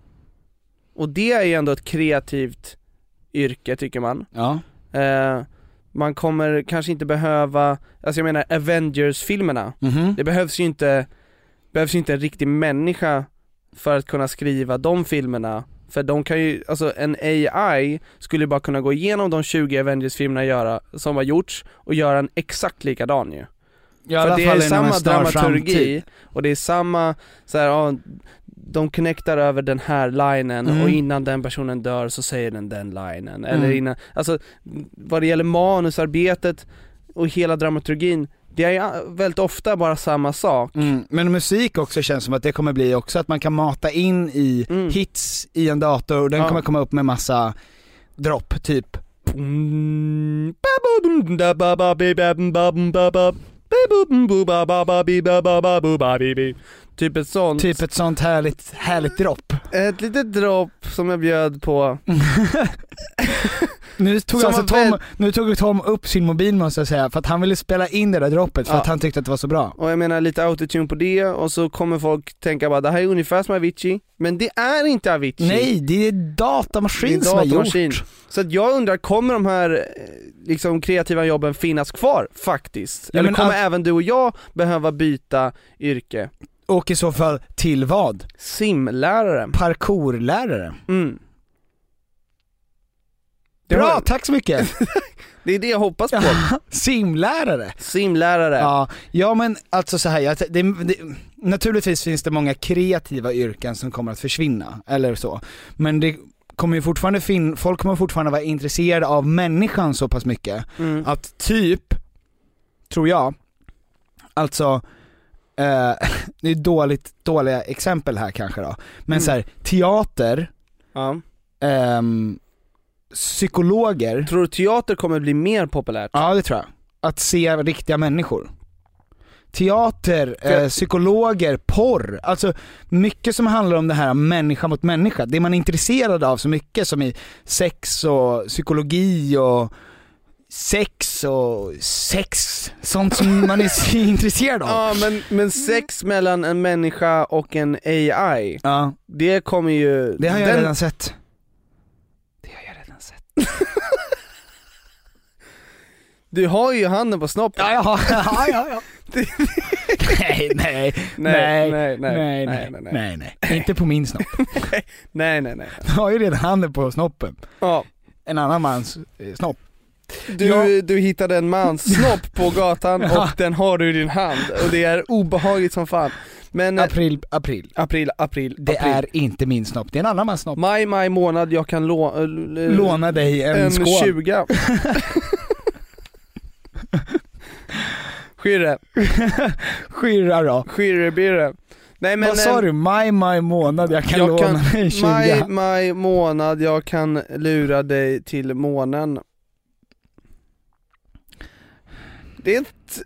C: Och det är ju ändå ett kreativt yrke tycker man.
B: Ja.
C: Eh, man kommer kanske inte behöva, alltså jag menar Avengers-filmerna,
B: Mhm.
C: det behövs ju inte, behövs ju inte en riktig människa för att kunna skriva de filmerna. För de kan ju, alltså en AI skulle ju bara kunna gå igenom de 20 Avengers-filmerna göra, som har gjorts och göra en exakt likadan ju.
B: I
C: För
B: alla
C: det
B: fall
C: är
B: inom en
C: samma
B: snar
C: dramaturgi
B: framtid.
C: och det är samma, så här, ja, de connectar över den här linen
B: Mm.
C: och innan den personen dör så säger den den linen. Eller
B: Mm.
C: innan, alltså vad det gäller manusarbetet och hela dramaturgin, det är eh, väldigt ofta bara samma sak.
B: Mm. Men musik också känns som att det kommer bli också att man kan mata in i
C: Mm.
B: hits i en dator och den
C: Ja.
B: kommer komma upp med massa dropp typ. mm,
C: Typ ett sånt.
B: Typ ett sånt härligt, härligt dropp.
C: Ett litet dropp som jag bjöd på.
B: Nu tog,
C: Som
B: alltså
C: var
B: Tom, nu tog Tom upp sin mobil måste jag säga, för att han ville spela in det där droppet för
C: Ja.
B: att han tyckte att det var så bra.
C: Och jag menar lite autotune på det och så kommer folk tänka bara det här är ungefär som Avicii. Men det är inte Avicii.
B: Nej, det är
C: det är
B: datamaskin
C: en
B: som har gjort.
C: datamaskin. Så att jag undrar, kommer de här eh, liksom, kreativa jobben finnas kvar faktiskt?
B: Ja,
C: Eller
B: men
C: kommer
B: att-
C: även du och jag behöva byta yrke?
B: Och i så fall till vad?
C: Mm. Simlärare.
B: Parkourlärare.
C: Mm. Det,
B: Bra,
C: var-
B: tack så mycket.
C: det är det jag hoppas på.
B: Simlärare.
C: Simlärare.
B: Ja, ja men alltså så här, jag- det, det, naturligtvis finns det många kreativa yrken som kommer att försvinna, eller så. Men det kommer ju fortfarande fin- folk kommer fortfarande vara intresserade av människan så pass mycket
C: Mm.
B: att typ, tror jag, alltså eh, det är dåligt, dåliga exempel här kanske då, men
C: Mm.
B: så här, teater,
C: Ja.
B: ehm, psykologer,
C: Tror du teater kommer bli mer populärt?
B: Ja det tror jag. Att se riktiga människor. Teater, eh, psykologer, porr. Alltså mycket som handlar om det här människa mot människa. Det man är intresserad av så mycket som i sex och psykologi och sex och sex. Sånt som man är så intresserad av.
C: Ja men, men sex mellan en människa och en AI,
B: Ja,
C: det kommer ju...
B: det har jag
C: den,
B: redan sett.
C: Du har ju handen på snoppen.
B: Ja, jag har, ja, ja, ja. nej, nej, nej,
C: nej,
B: nej, nej, nej, nej, nej. Inte på min snopp.
C: nej, nej, nej.
B: Jag har ju redan handen på snoppen.
C: Ja.
B: En annan mans eh, snopp.
C: Du, du hittade en mans snopp på gatan och
B: Ja.
C: den har du i din hand och det är obehagligt som fan. Men eh,
B: April, april.
C: april, april,
B: Det
C: april.
B: är inte min snopp, det är en annan mans snopp.
C: Maj, maj månad, jag kan lå- l- l-
B: Låna dig en,
C: Eh, en
B: skål.
C: 20. Skirre,
B: Skyrra då.
C: skirrebirre. Nej men
B: Vad sa
C: eh,
B: du? Maj, maj månad, jag kan
C: jag
B: låna
C: kan-
B: dig en 20.
C: Maj, maj månad, jag kan lura dig till månen. Det är ett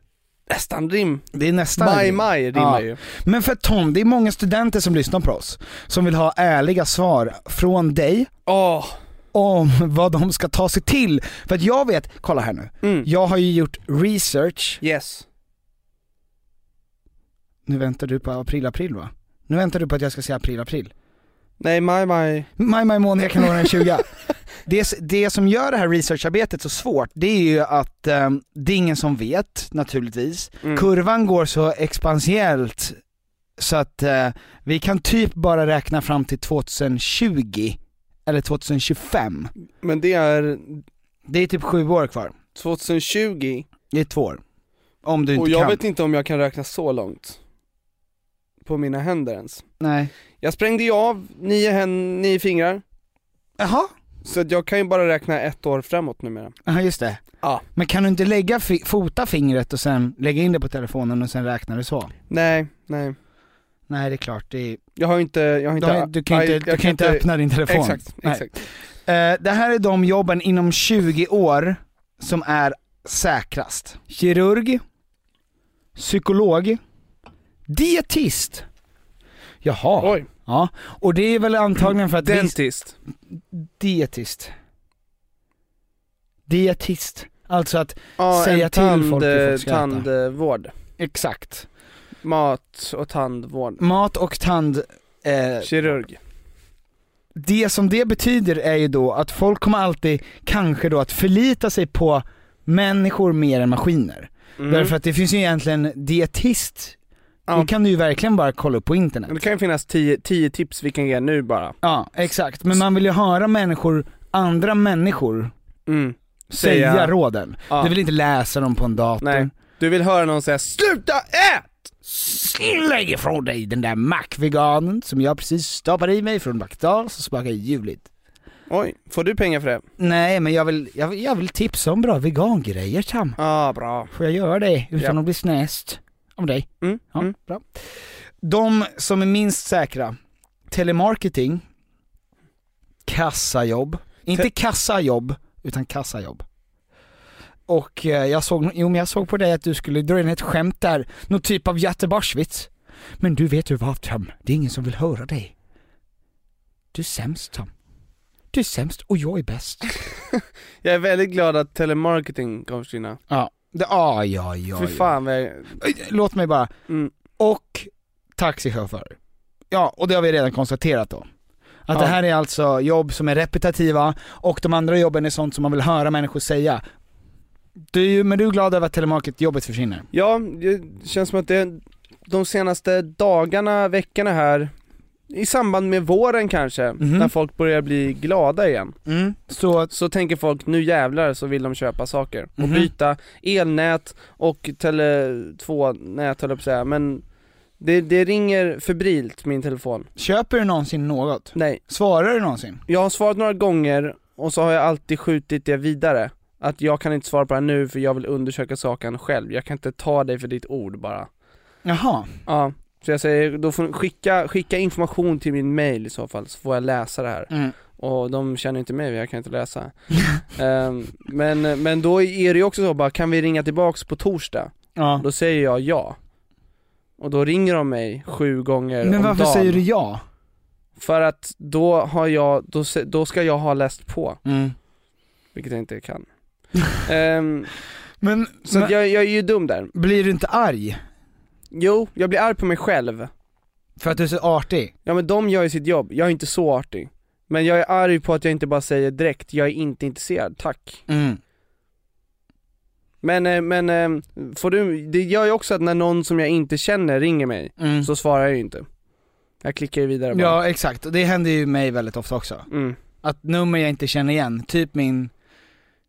C: nästan rim.
B: Det är nästa.
C: Maj, maj
B: Ja.
C: rimmar ju.
B: Men för Tom, det är många studenter som lyssnar på oss. Som vill ha ärliga svar från dig
C: Åh,
B: om vad de ska ta sig till. För att jag vet, kolla här nu.
C: mm.
B: Jag har ju gjort research.
C: yes.
B: Nu väntar du på april, april va? Nu väntar du på att jag ska säga april, april.
C: Nej, maj, maj.
B: Maj, maj månad, jag kan låna en 20. det, det som gör det här researcharbetet så svårt, det är ju att eh, det är ingen som vet naturligtvis.
C: Mm.
B: Kurvan går så expansiellt så att eh, vi kan typ bara räkna fram till 2020 eller 2025.
C: Men det är
B: Det är typ sju år kvar.
C: 2020
B: Det är två år. Om du inte
C: och jag
B: kan.
C: vet inte om jag kan räkna så långt. På mina händer ens.
B: Nej.
C: Jag sprängde ju av nio, hän- nio fingrar,
B: Jaha,
C: så att jag kan ju bara räkna ett år framåt numera.
B: Aha, just det.
C: Ja.
B: Men kan du inte lägga fi- fota fingret och sen lägga in det på telefonen och sen räkna det så?
C: Nej, nej.
B: Nej det är klart, det är...
C: Jag har inte, jag har
B: Du,
C: inte,
B: har- du kan
C: nej,
B: ju
C: jag
B: inte, du kan inte öppna din telefon.
C: Exakt,
B: Nej.
C: exakt.
B: Eh, det här är de jobben inom 20 år som är säkrast. Kirurg, psykolog, dietist. Jaha.
C: Oj,
B: Ja, och det är väl antagligen för att vi...
C: dentist.
B: Dietist. Dietist. Alltså att,
C: Ja,
B: Säga
C: en
B: till folk hur folk ska äta.
C: tandvård.
B: exakt.
C: Mat och tandvård.
B: Mat och tand... Eh,
C: Kirurg.
B: det som det betyder är ju då att folk kommer alltid kanske då att förlita sig på människor mer än maskiner.
C: Mm.
B: Därför att det finns ju egentligen dietist,
C: Ja.
B: det kan du ju verkligen bara kolla upp på internet.
C: Men det kan ju finnas tio, tio tips vi kan ge nu bara.
B: Ja, exakt. Men man vill ju höra människor, andra människor,
C: Mm.
B: säga,
C: Säga-
B: råden.
C: Ja.
B: Du vill inte läsa dem på en dator.
C: Nej. Du vill höra någon säga 'SLUTA ÄT!
B: Släng ifrån dig den där mackveganen som jag precis stoppade i mig från McDonalds som smakar ljuvligt.
C: Oj, får du pengar för det?
B: Nej men jag vill, jag, vill- jag vill tipsa om bra vegangrejer Sam.
C: Ja, ah, bra.
B: Får jag göra det utan
C: Ja.
B: att bli snäst? Om dig?
C: Mm,
B: Ja,
C: mm.
B: bra. De som är minst säkra, telemarketing, kassajobb, inte kassajobb, utan kassajobb. Och eh, jag såg, jo men jag såg på dig att du skulle dra in ett skämt där, någon typ av jättebarsvits. Men du vet ju vad Tom, det är ingen som vill höra dig. Du är sämst Tom. Du är sämst och jag är bäst.
C: Jag är väldigt glad att telemarketing kommer försvinna.
B: Ja, det, ah, ja, ja,
C: Fy
B: ja.
C: fan vad jag...
B: Låt mig bara,
C: Mm.
B: och taxichaufförer. Ja, och det har vi redan konstaterat då. Att
C: Ja.
B: det här är alltså jobb som är repetitiva och de andra jobben är sånt som man vill höra människor säga. Du, men du är glad över att telemarket-jobbet försvinner?
C: Ja, det känns som att det, de senaste dagarna, veckorna här, i samband med våren kanske,
B: Mhm.
C: när folk börjar bli glada igen,
B: Mm. Så, att-
C: så tänker folk nu jävlar så vill de köpa saker och
B: Mhm.
C: byta elnät och Tele2-nät höll jag på att säga, men det, det ringer febrilt min telefon.
B: köper du någonsin något?
C: Nej,
B: Svarar du någonsin?
C: jag har svarat några gånger och så har jag alltid skjutit det vidare. Att jag kan inte svara på det här nu för jag vill undersöka saken själv, jag kan inte ta dig för ditt ord bara.
B: Jaha.
C: Ja, så jag säger, då får ni skicka, skicka information till min mail i så fall, så får jag läsa det här.
B: Mm.
C: Och de känner inte mig, jag kan inte läsa. Ehm, men, men då är det ju också så bara, kan vi ringa tillbaks på torsdag?
B: Ja.
C: Då säger jag ja. Och då ringer de mig sju gånger
B: Men
C: om
B: varför
C: dagen.
B: säger du ja?
C: För att då har jag, då, se- då ska jag ha läst på,
B: Mm.
C: vilket jag inte kan. Ehm,
B: Men,
C: så
B: men
C: att jag, jag är ju dum där.
B: blir du inte arg?
C: Jo, jag blir arg på mig själv.
B: För att du är så artig?
C: Ja men de gör ju sitt jobb, jag är inte så artig. Men jag är arg på att jag inte bara säger direkt, jag är inte intresserad, tack.
B: Mm.
C: Men, eh, men, eh, får du, det gör ju också att när någon som jag inte känner ringer mig,
B: Mm.
C: så svarar jag ju inte. Jag klickar ju vidare bara.
B: Ja exakt, och det händer ju mig väldigt ofta också.
C: Mm.
B: att nummer jag inte känner igen, typ min,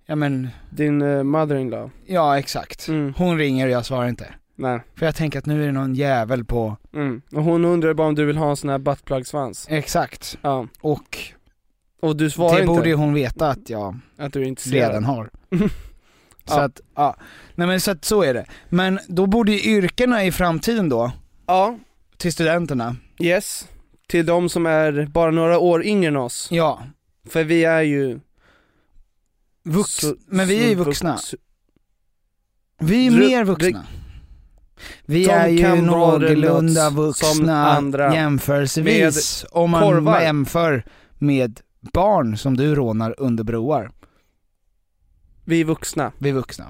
B: ja men,
C: Din eh, mother-in-law,
B: ja exakt.
C: Mm.
B: Hon ringer och jag svarar inte.
C: nej.
B: För jag tänker att nu är det någon jävel på,
C: Mm. Och hon undrar bara om du vill ha en sån här buttplug-svans.
B: exakt.
C: Ja.
B: Och
C: Och du svarar
B: det
C: inte,
B: borde ju hon veta att jag
C: att du är intresserad.
B: redan har. så
C: Ja.
B: att, ja. Nej men så att så är det. Men då borde ju yrkena i framtiden då,
C: Ja,
B: till studenterna,
C: yes. Till de som är bara några år yngre än oss.
B: ja,
C: För vi är ju...
B: vux,
C: så-
B: men vi är ju
C: så-
B: vuxna. Vi är
C: Dru-
B: mer vuxna. Vi är ju
C: kan vara det
B: någorlunda
C: något som
B: vuxna
C: andra
B: jämförelsevis om man
C: korvar.
B: jämför med barn som du rånar under broar.
C: Vi är vuxna.
B: Vi är vuxna.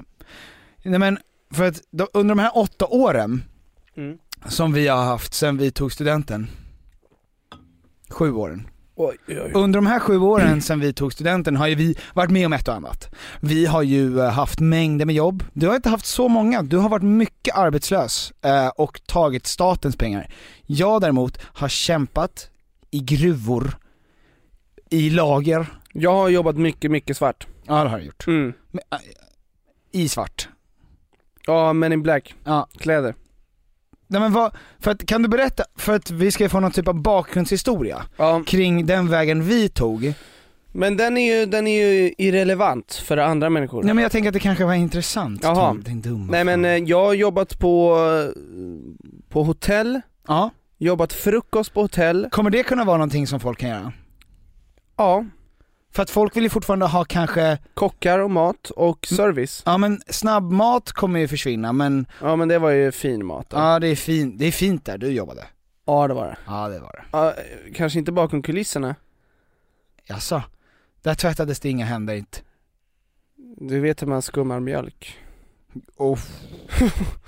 B: Nej men, för att de, under de här åtta åren
C: Mm.
B: som vi har haft sedan vi tog studenten, sju åren,
C: Oj, oj, oj.
B: Under de här sju åren sedan vi tog studenten har ju vi varit med om ett och annat. Vi har ju eh, haft mängder med jobb. Du har inte haft så många, du har varit mycket arbetslös eh, och tagit statens pengar. Jag däremot har kämpat i gruvor, i lager,
C: Jag har jobbat mycket, mycket svart.
B: ja det har jag gjort,
C: Mm.
B: Men, eh, i svart.
C: Ja, men in black.
B: Ja.
C: Kläder.
B: Nej men vad, för att, kan du berätta, för att vi ska få någon typ av bakgrundshistoria
C: Ja,
B: kring den vägen vi tog.
C: men den är ju, den är ju irrelevant för andra människor.
B: Nej men jag tänker att det kanske var intressant
C: Jaha.
B: Tom, din dumma
C: Nej men
B: fan.
C: eh, jag har jobbat på, eh, på hotell,
B: Ja.
C: jobbat frukost på hotell.
B: Kommer det kunna vara någonting som folk kan göra?
C: Ja,
B: För att folk vill ju fortfarande ha kanske,
C: kockar och mat och service.
B: ja men snabbmat kommer ju försvinna men,
C: Ja men det var ju fin mat. då.
B: ja det är, fin, det är fint där du jobbade.
C: ja det var det.
B: Ja det var det.
C: Ja, eh, kanske inte bakom kulisserna.
B: Jaså? Där tvättades det inga händer inte?
C: Du vet hur man skummar mjölk.
B: Oh.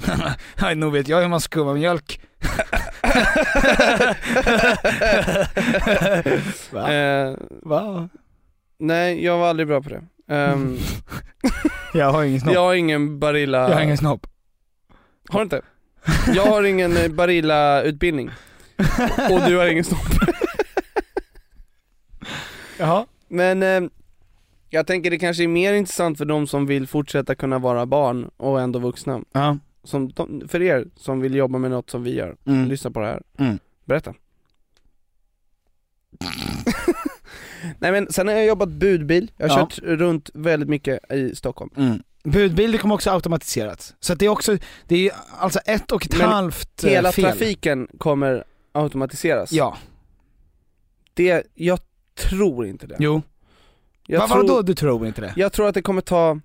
B: Nej, nog vet jag hur man skummar mjölk. Va?
C: Eh,
B: Va?
C: nej, jag var aldrig bra på det. Ehm,
B: Jag har ingen snopp.
C: jag har ingen Barilla...
B: Jag har ingen snopp.
C: Har du inte? Jag har ingen eh, Barilla-utbildning och du har ingen snopp.
B: Jaha.
C: Men eh, jag tänker det kanske är mer intressant för de som vill fortsätta kunna vara barn och ändå vuxna.
B: Ja.
C: som de, för er som vill jobba med något som vi gör,
B: Mm.
C: lyssna på det här.
B: Mm.
C: Berätta. Nej men sen har jag jobbat budbil, jag har
B: Ja.
C: kört runt väldigt mycket i Stockholm.
B: Mm. Budbilder kommer också automatiserat. Så att det är också, det är alltså ett och ett
C: Men
B: halvt eh,
C: Hela
B: fel.
C: trafiken kommer automatiseras.
B: Ja,
C: Det, jag tror inte det.
B: jo.
C: Jag,
B: Vad
C: tror,
B: Vadå du tror inte det?
C: jag tror att det kommer ta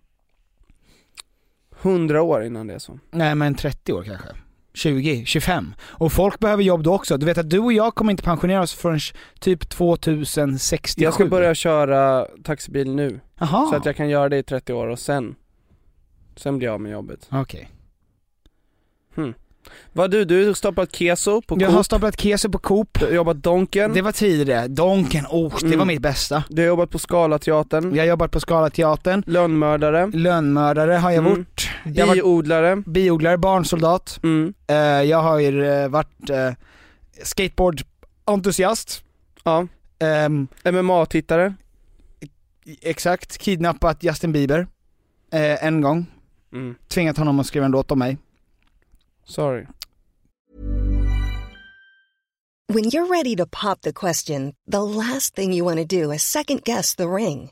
C: 100 år innan det är så.
B: Nej men 30 år kanske. 20, 25. Och folk behöver jobb då också. Du vet att du och jag kommer inte pensionera oss förrän typ 2067.
C: Jag ska börja köra taxibil nu,
B: Jaha,
C: så att jag kan göra det i 30 år och sen, sen blir jag av med jobbet. Hm.
B: okej.
C: Vad du, du har stoppat keso på
B: Jag har
C: Coop,
B: staplat keso på Coop.
C: du har jobbat Donken,
B: Det var tidigare. Donken, oh, det var
C: Mm.
B: mitt bästa.
C: du har jobbat på Scalateatern,
B: Jag har jobbat på Scalateatern.
C: lönnmördare,
B: Lönnmördare har jag
C: Mm.
B: varit. Jag har varit
C: biodlare,
B: biodlare, barnsoldat.
C: mm.
B: Eh, jag har ju eh, varit eh, skateboardentusiast.
C: ja.
B: Ehm,
C: MMA-tittare,
B: exakt, kidnappat Justin Bieber. Eh, en gång.
C: mm.
B: Tvingat honom att skriva en låt om mig.
C: sorry.
E: When you're ready to pop the question, the last thing you want to do is second guess the ring.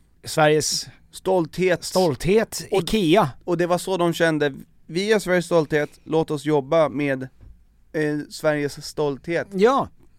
B: Sveriges
C: Stolthet.
B: stolthet, IKEA.
C: Och det var så de kände, vi är Sveriges stolthet, låt oss jobba med eh, Sveriges stolthet.
B: Ja,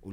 B: och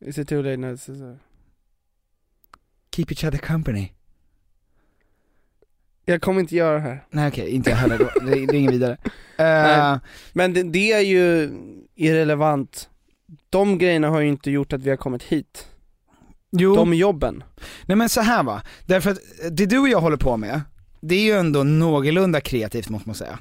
C: Is it too late now? This is a-
B: Keep each other company?
C: Jag kommer inte göra det här.
B: Nej okej, inte jag heller. det, det är ingen vidare. Eh,
C: Nej. Men det, det är ju irrelevant. De grejerna har ju inte gjort att vi har kommit hit.
B: jo,
C: De jobben.
B: nej men så här va. Därför att det du och jag håller på med, det är ju ändå någorlunda kreativt måste man säga.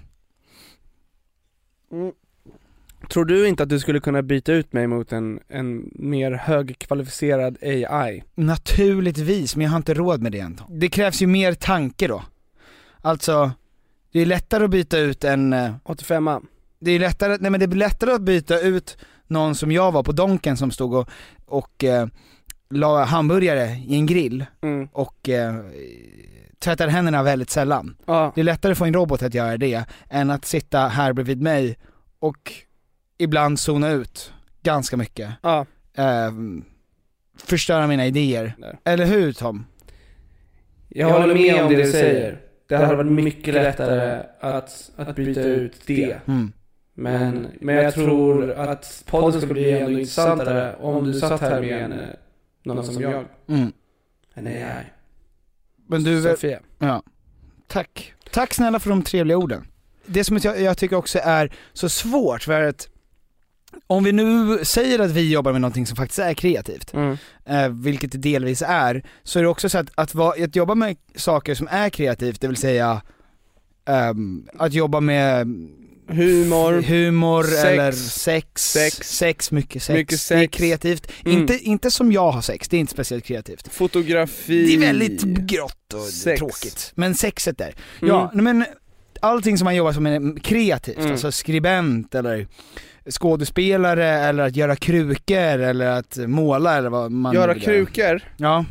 C: Tror du inte att du skulle kunna byta ut mig mot en, en mer högkvalificerad AI?
B: Naturligtvis, men jag har inte råd med det än. Det krävs ju mer tanke då. Alltså, Det är lättare att byta ut en... eh,
C: 85
B: Det är lättare, nej men det blir lättare att byta ut någon som jag var på Donken som stod och, och eh, la hamburgare i en grill
C: mm.
B: och eh, tvättade händerna väldigt sällan.
C: Ja,
B: Det är lättare att få en robot att göra det än att sitta här bredvid mig och ibland zona ut ganska mycket.
C: ja,
B: Eh, förstöra mina idéer.
C: Nej.
B: Eller hur Tom?
C: jag håller med om det du säger. Det hade varit mycket lättare att, att byta ut det.
B: Mm.
C: Men, men jag tror att podden skulle bli ändå intressantare om du satt här med en, eh, någon som jag.
B: Mm.
C: En AI.
B: Men du, eh,
C: Sofia.
B: Ja. Tack. Tack snälla för de trevliga orden. Det som jag, jag tycker också är så svårt, för att om vi nu säger att vi jobbar med någonting som faktiskt är kreativt,
C: Mm.
B: eh, vilket det delvis är, så är det också så att, att, va, att jobba med saker som är kreativt, det vill säga ehm, att jobba med
C: Humor.
B: humor
C: Sex.
B: eller sex,
C: Sex.
B: sex, mycket sex,
C: Mycket
B: det är
C: sex.
B: kreativt.
C: Mm.
B: Inte, inte som jag har sex, det är inte speciellt kreativt.
C: Fotografi.
B: Det är väldigt grått och
C: Sex.
B: tråkigt. Mm. Men sexet där. Ja, men allting som man jobbar som är kreativt,
C: Mm.
B: alltså skribent eller skådespelare eller att göra krukor eller att måla eller vad
C: Mm.
B: man
F: Göra
B: nu vill
F: krukor,
B: Ja,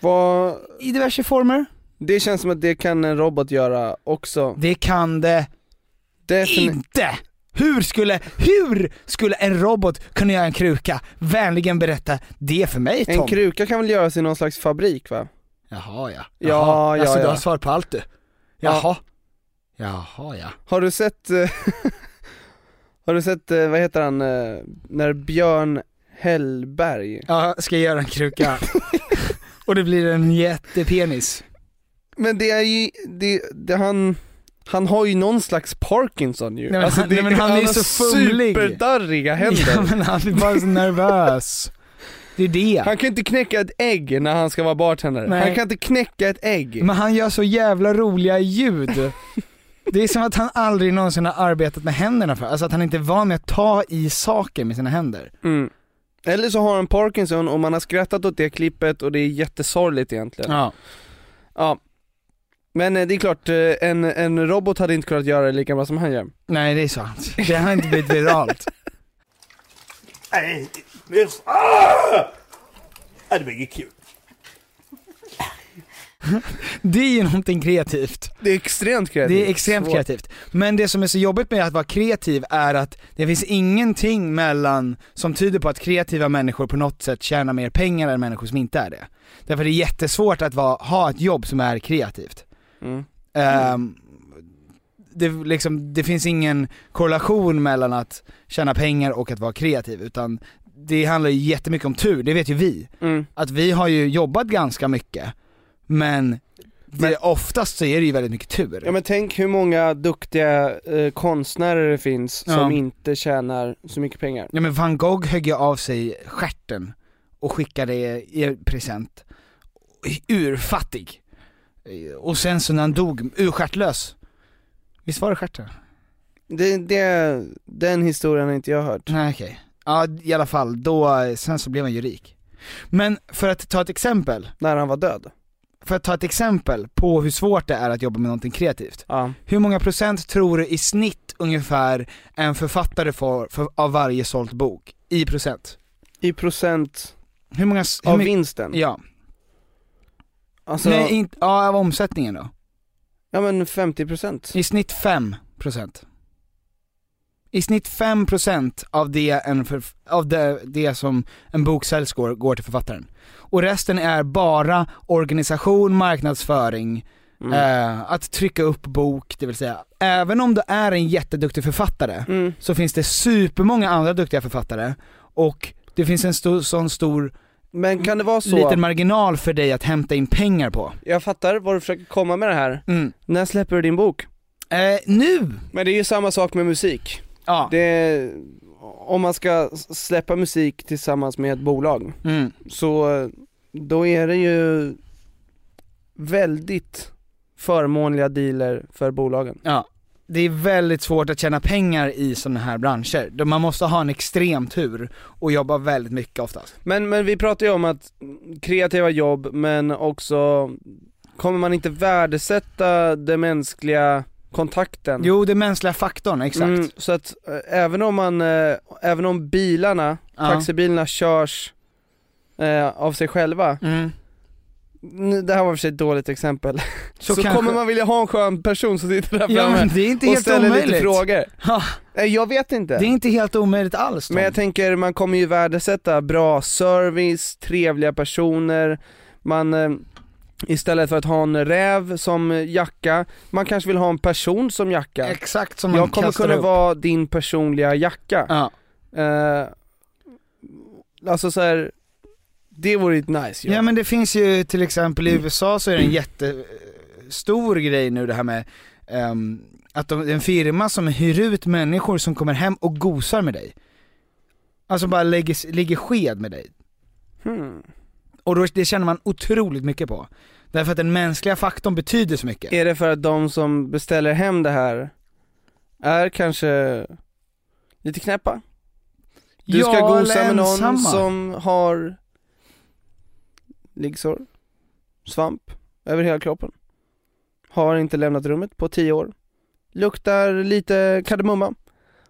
F: vad...
B: i diverse former.
F: Det känns som att det kan en robot göra också.
B: Det kan det
F: Definitivt.
B: inte! Hur skulle, hur skulle en robot kunna göra en kruka? Vänligen berätta det för mig Tom.
F: En kruka kan väl göras i någon slags fabrik va?
B: Jaha ja.
F: Ja,
B: Jaha.
F: ja,
B: alltså du
F: ja.
B: har svar på allt du. Jaha. Jaha ja.
F: Har du sett, eh, har du sett, eh, vad heter han, eh, när Björn Hellberg
B: Ja, ska jag göra en kruka. och det blir en jättepenis.
F: Men det är ju, det, det han, han har ju någon slags Parkinson ju. Alltså,
B: Nej, men han-
F: det,
B: nej, men han är ju
F: har
B: så fumlig.
F: superdarriga händer.
B: Ja, men han är bara så nervös. Det är det.
F: Han kan inte knäcka ett ägg när han ska vara bartendare.
B: Nej.
F: Han kan inte knäcka ett ägg.
B: Men han gör så jävla roliga ljud. Det är som att han aldrig någonsin har arbetat med händerna för. Alltså att han inte är van med att ta i saker med sina händer.
F: Mm. Eller så har han Parkinson och man har skrattat åt det klippet och det är jättesorgligt egentligen.
B: Ja.
F: Ja. Men eh, det är klart, eh, en, en robot hade inte kunnat göra det lika bra som han gör.
B: Nej det är sant. Det har inte blivit viralt.
A: Nej, men... Ah! Ja, det var inget kul.
B: Det är ju någonting kreativt.
F: Det är extremt kreativt.
B: Det är extremt
F: Svårt.
B: kreativt. Men det som är så jobbigt med att vara kreativ är att det finns ingenting mellan, som tyder på att kreativa människor på något sätt tjänar mer pengar än människor som inte är det. Därför är det jättesvårt att vara, ha ett jobb som är kreativt.
F: Mm.
B: Ehm, det, liksom, det finns ingen korrelation mellan att tjäna pengar och att vara kreativ utan det handlar ju jättemycket om tur, det vet ju vi.
F: Mm.
B: Att vi har ju jobbat ganska mycket men, det, oftast så är det ju väldigt mycket tur.
F: Ja men tänk hur många duktiga eh, konstnärer det finns som
B: Ja.
F: inte tjänar så mycket pengar.
B: Ja men van Gogh högg ju av sig stjärten och skickade i present. Urfattig. Och sen så när han dog, urstjärtlös. Visst var det stjärten?
F: Det, det, den historien har inte jag hört.
B: Nej okej. Ja i alla fall, då, sen så blev han ju rik. Men för att ta ett exempel,
F: När han var död.
B: för att ta ett exempel på hur svårt det är att jobba med någonting kreativt.
F: Ja.
B: Hur många procent tror du i snitt ungefär en författare får för, av varje såld bok? I procent.
F: I procent
B: Hur många... s- Hur
F: av
B: mycket-
F: vinsten.
B: Ja.
F: Alltså,
B: Nej, inte, ja av omsättningen då.
F: ja men 50 procent.
B: I snitt 5%. I snitt 5% av, det, en för, av det, det som en bok säljs går, går till författaren. Och resten är bara organisation, marknadsföring,
F: Mm.
B: eh, att trycka upp bok, det vill säga även om du är en jätteduktig författare
F: Mm.
B: så finns det supermånga andra duktiga författare och det finns en stor, sån stor
F: Men kan det vara så,
B: liten marginal för dig att hämta in pengar på.
F: jag fattar vad du försöker komma med det här.
B: Mm.
F: När släpper du din bok?
B: Eh, nu!
F: Men det är ju samma sak med musik.
B: Ja.
F: Det, om man ska s- släppa musik tillsammans med ett bolag,
B: Mm.
F: så eh, då är det ju väldigt förmånliga dealer för bolagen.
B: Ja, det är väldigt svårt att tjäna pengar i sådana här branscher. Då Man måste ha en extrem tur och jobba väldigt mycket oftast.
F: Men, men vi pratar ju om att kreativa jobb, men också
C: kommer man inte värdesätta den mänskliga kontakten?
B: Jo, den mänskliga faktorn, exakt.
C: Mm, så att eh, även om man, eh, även om bilarna,
B: Ja.
C: taxibilarna körs eh, av sig själva
B: Mm.
C: Nu, Det här var för sig ett dåligt exempel.
B: Så
C: Så,
B: kanske-
C: kommer man vilja ha en skön person som sitter där
B: Ja,
C: framme
B: men det är inte
C: och
B: helt
C: ställer
B: omöjligt.
C: lite frågor.
B: Ja.
C: Nej, Jag vet inte.
B: Det är inte helt omöjligt alls Tom.
C: Men jag tänker, man kommer ju värdesätta bra service, trevliga personer, man eh, Istället för att ha en räv som jacka, man kanske vill ha en person som jacka.
B: Exakt som man
C: Jag kommer
B: kastar
C: kunna
B: upp.
C: vara din personliga jacka.
B: Ja.
C: Eh, alltså så här, det vore ju ett nice jobb.
B: Ja men det finns ju till exempel i
C: Mm.
B: USA så är det en jättestor grej nu det här med ehm, att de, det är en firma som hyr ut människor som kommer hem och gosar med dig. Alltså bara lägger, ligger sked med dig.
C: Hmm.
B: Och då, det känner man otroligt mycket på. Därför att den mänskliga faktorn betyder så mycket.
C: Är det för att de som beställer hem det här är kanske lite knäppa? Du
B: Ja,
C: ska gosa
B: eller
C: med någon
B: ensamma.
C: som har liggsår, svamp över hela kroppen, har inte lämnat rummet på tio år, luktar lite kardemumma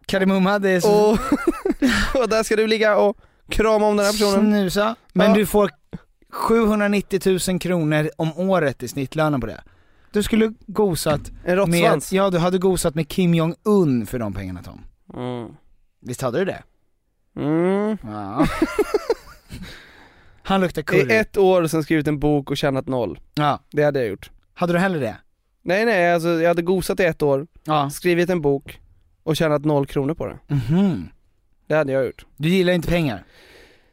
B: Kardemumma, det är så...
C: och, och där ska du ligga och krama om den här personen.
B: Snusa. Men
C: Ja.
B: du får 790 000 kronor om året i snittlönen på det. Du skulle gosat
C: En
B: med,
C: råttsvans.
B: ja du hade gosat med Kim Jong-Un för de pengarna Tom.
C: Mm.
B: Visst hade du det?
C: Mm.
B: Ja. Han luktar curry.
C: I ett år sen skrivit en bok och tjänat noll.
B: Ja.
C: Det hade jag gjort.
B: Hade du hellre det?
C: Nej nej, alltså jag hade gosat i ett år,
B: Ja.
C: skrivit en bok och tjänat noll kronor på det.
B: Mhm.
C: Det hade jag gjort.
B: Du gillar inte pengar?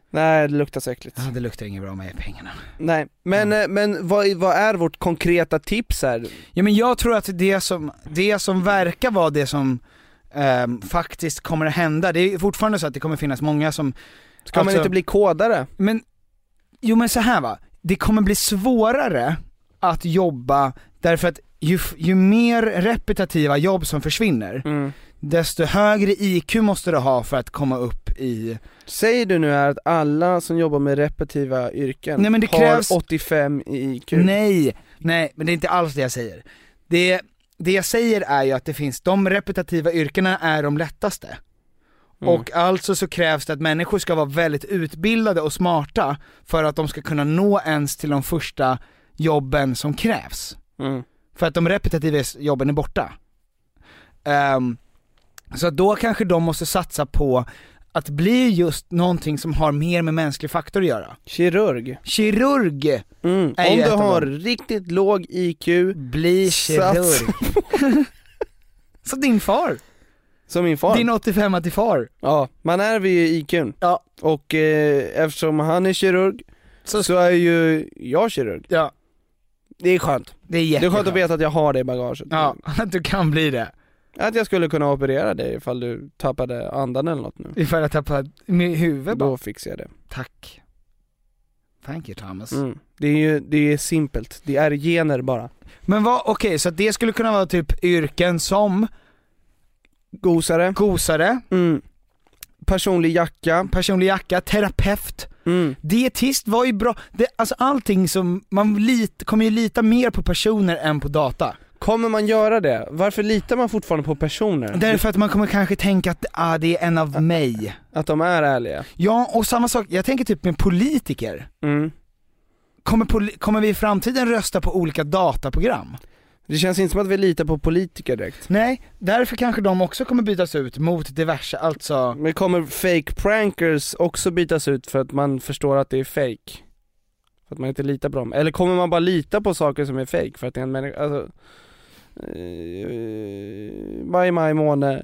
C: Nej det luktar så äckligt.
B: Ja, det luktar inget bra med pengarna.
C: Nej, men, eh, men vad, vad är vårt konkreta tips här?
B: Ja men jag tror att det som, det som verkar vara det som ehm, faktiskt kommer att hända, det är fortfarande så att det kommer finnas många som
C: Ska man
B: Alltså-
C: inte bli kodare?
B: Men, jo men så här va, det kommer bli svårare att jobba därför att ju, f- ju mer repetitiva jobb som försvinner,
C: Mm.
B: desto högre IQ måste du ha för att komma upp i...
C: Säger du nu är att alla som jobbar med repetitiva yrken
B: Nej, men det
C: har
B: krävs-
C: 85 i IQ?
B: Nej, nej men det är inte alls det jag säger. Det, det jag säger är ju att det finns, de repetitiva yrkena är de lättaste.
C: Mm.
B: Och alltså så krävs det att människor ska vara väldigt utbildade och smarta för att de ska kunna nå ens till de första jobben som krävs.
C: Mm.
B: För att de repetitiva s- jobben är borta. Ehm, så att då kanske de måste satsa på att bli just någonting som har mer med mänsklig faktor att göra.
C: Kirurg?
B: Kirurg!
C: Mm. Om
B: Är ju
C: du
B: ett av
C: har
B: dem.
C: riktigt låg IQ,
B: Bli kirurg. Så din far,
C: som min far.
B: din 85 till far.
C: Ja, man är vid IQn.
B: Ja.
C: Och eh, eftersom han är kirurg
B: Så-
C: så, är ju jag kirurg.
B: Ja.
C: Det är skönt.
B: Det är
C: Det är
B: jätteskönt.
C: skönt att veta att jag har det i bagaget.
B: Ja, att du kan bli det.
C: Att jag skulle kunna operera dig ifall du tappade andan eller något nu.
B: Ifall jag tappar med huvudet bara.
C: Då fixar jag det.
B: Tack. Thank you Thomas.
C: Mm. Det är ju, det är simpelt. Det är gener bara.
B: Men vad, okej så att det skulle kunna vara typ yrken som
C: Gosare,
B: gosare,
C: mm. personlig jacka,
B: personlig jacka, terapeut,
C: mm.
B: dietist var ju bra, det, alltså allting som, man lit, kommer ju lita mer på personer än på data.
C: Kommer man göra det? Varför litar man fortfarande på personer?
B: Därför att man kommer kanske tänka att ah, det är en av mig.
C: Att de är ärliga?
B: Ja och samma sak, jag tänker typ med politiker.
C: Mm.
B: Kommer, poli- kommer vi i framtiden rösta på olika dataprogram?
C: Det känns inte som att vi litar på politiker direkt.
B: Nej, därför kanske de också kommer bytas ut mot diverse, alltså
C: Men kommer fake prankers också bytas ut för att man förstår att det är fake? För att man inte litar på dem? Eller kommer man bara lita på saker som är fake för att det är en människa, alltså eh, Varje maj måne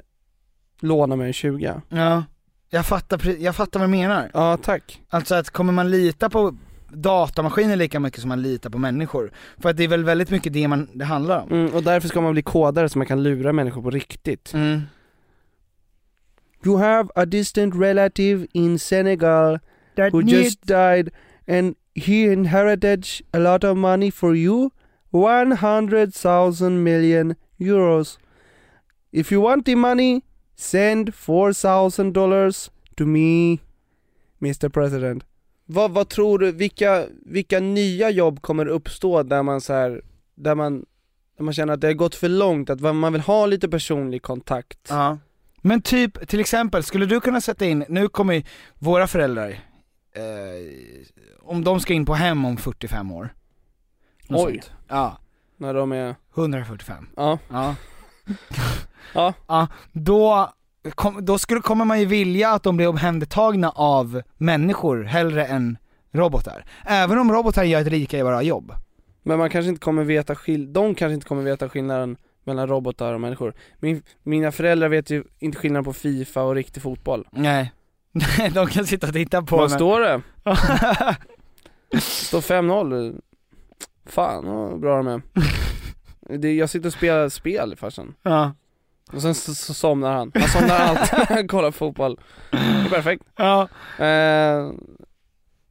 C: lånar mig en 20
B: Ja, jag fattar, pre- jag fattar vad du menar.
C: Ja tack
B: Alltså att kommer man lita på datamaskiner lika mycket som man litar på människor? För att det är väl väldigt mycket det man, det handlar om.
C: mm, Och därför ska man bli kodare så man kan lura människor på riktigt
B: Mm.
C: You have a distant relative in Senegal
B: That
C: who just died and he inherited a lot of money for you 100,000 million euros. If you want the money, send $4,000 to me, Mr. President. Vad, vad tror du, vilka, vilka nya jobb kommer uppstå där man så här, där man, där man känner att det har gått för långt, att man vill ha lite personlig kontakt?
B: Ja. Men typ, till exempel, skulle du kunna sätta in, nu kommer ju våra föräldrar, eh, om de ska in på hem om 45 år. Något
C: Oj.
B: sånt. Ja.
C: När de är...
B: 145.
C: Ja.
B: Ja.
C: ja.
B: Då, kom, då skulle, kommer man ju vilja att de blir omhändertagna av människor hellre än robotar. Även om robotar gör ett rika i våra jobb.
C: Men man kanske inte kommer veta skill- de kanske inte kommer veta skillnaden mellan robotar och människor. Min, mina föräldrar vet ju inte skillnaden på Fifa och riktig fotboll.
B: Nej. Nej, de kan sitta och titta på
C: Vad
B: men-
C: står det? står 5-0. Fan vad bra de är. Det, jag sitter och spelar spel farsan.
B: Ja.
C: Och sen så, så somnar han. Han somnar alltid när han kollar fotboll. Det är perfekt.
B: Ja.
C: Eh,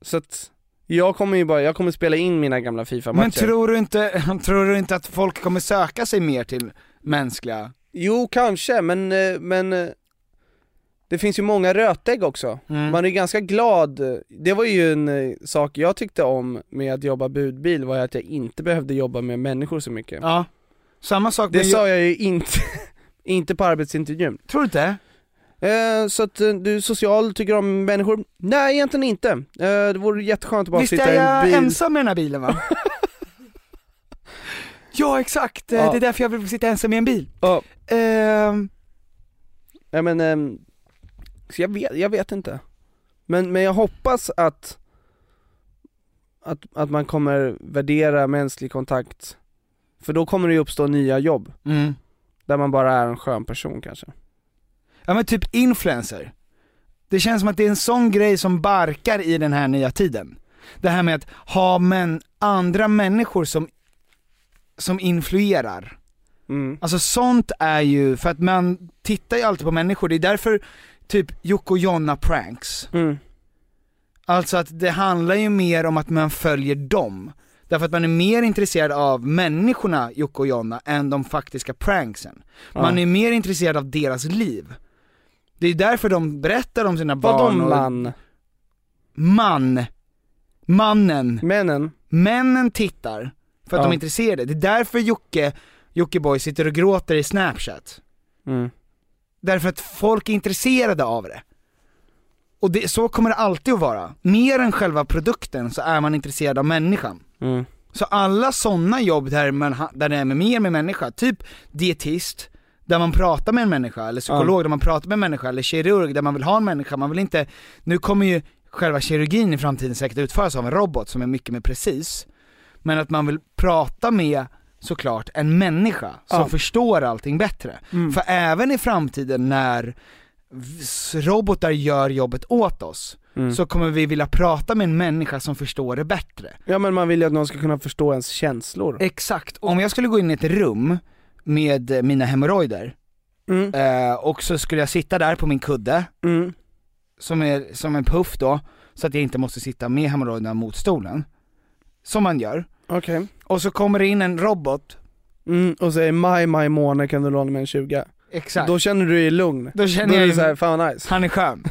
C: så att jag kommer ju bara, jag kommer spela in mina gamla Fifa-matcher.
B: Men tror du, inte, tror du inte att folk kommer söka sig mer till mänskliga?
C: Jo, kanske, men, eh, men eh, det finns ju många rötägg också.
B: Mm.
C: Man är ju ganska glad, det var ju en eh, sak jag tyckte om med att jobba budbil var ju att jag inte behövde jobba med människor så mycket.
B: Ja, samma sak
C: Det
B: med-
C: sa jag ju inte, inte på arbetsintervjun.
B: Tror du inte?
C: Eh, så att eh, du är social, tycker om människor? Nej egentligen inte. Eh, det vore jätteskönt att bara
B: Visst
C: sitta
B: är
C: i en
B: jag
C: bil.
B: ensam med den här bilen va? ja exakt, Eh,
C: Ja.
B: det är därför jag vill sitta ensam i en bil.
C: Ja.
B: Ehm,
C: Ja men, ehm, så jag vet, jag vet inte. Men, men jag hoppas att, att, att man kommer värdera mänsklig kontakt, för då kommer det ju uppstå nya jobb.
B: Mm.
C: Där man bara är en skön person kanske.
B: ja men typ influencer. Det känns som att det är en sån grej som barkar i den här nya tiden. Det här med att ha men, andra människor som, som influerar.
C: Mm.
B: Alltså sånt är ju, för att man tittar ju alltid på människor, det är därför typ Jocke och Jonna pranks.
C: Mm.
B: Alltså att det handlar ju mer om att man följer dem. Därför att man är mer intresserad av människorna Jocke och Jonna än de faktiska pranksen. Man
C: Ja.
B: är mer intresserad av deras liv. Det är därför de berättar om sina
C: Vadå
B: barn och...
C: man?
B: Man. Mannen.
C: Männen.
B: Männen tittar. För att
C: Ja.
B: de är intresserade. Det är därför Jocke, Jockiboi sitter och gråter i snapchat.
C: Mm.
B: Därför att folk är intresserade av det. Och det, så kommer det alltid att vara. Mer än själva produkten så är man intresserad av människan.
C: Mm.
B: Så alla sådana jobb där, man, ha- där det är med mer med människa, typ dietist, där man pratar med en människa, eller psykolog
C: Ja.
B: där man pratar med en människa, eller kirurg där man vill ha en människa, man vill inte, nu kommer ju själva kirurgin i framtiden säkert utföras av en robot som är mycket mer precis, men att man vill prata med såklart en människa som
C: Ja.
B: förstår allting bättre.
C: Mm.
B: För även i framtiden när s- robotar gör jobbet åt oss,
C: Mm.
B: så kommer vi vilja prata med en människa som förstår det bättre.
C: Ja men man vill ju att någon ska kunna förstå ens känslor.
B: Exakt, om jag skulle gå in i ett rum med eh, mina hemorrojder,
C: Mm.
B: eh, och så skulle jag sitta där på min kudde, som, är, som en puff då, så att jag inte måste sitta med hemorrojderna mot stolen. Som man gör.
C: Okej.
B: Och så kommer det in en robot,
C: Mm, och säger maj, maj månad kan du låna mig en 20
B: exakt.
C: Då känner du dig lugn.
B: Då känner
C: Då är
B: jag
C: det
B: ju-
C: såhär, fan vad nice.
B: Han är skön.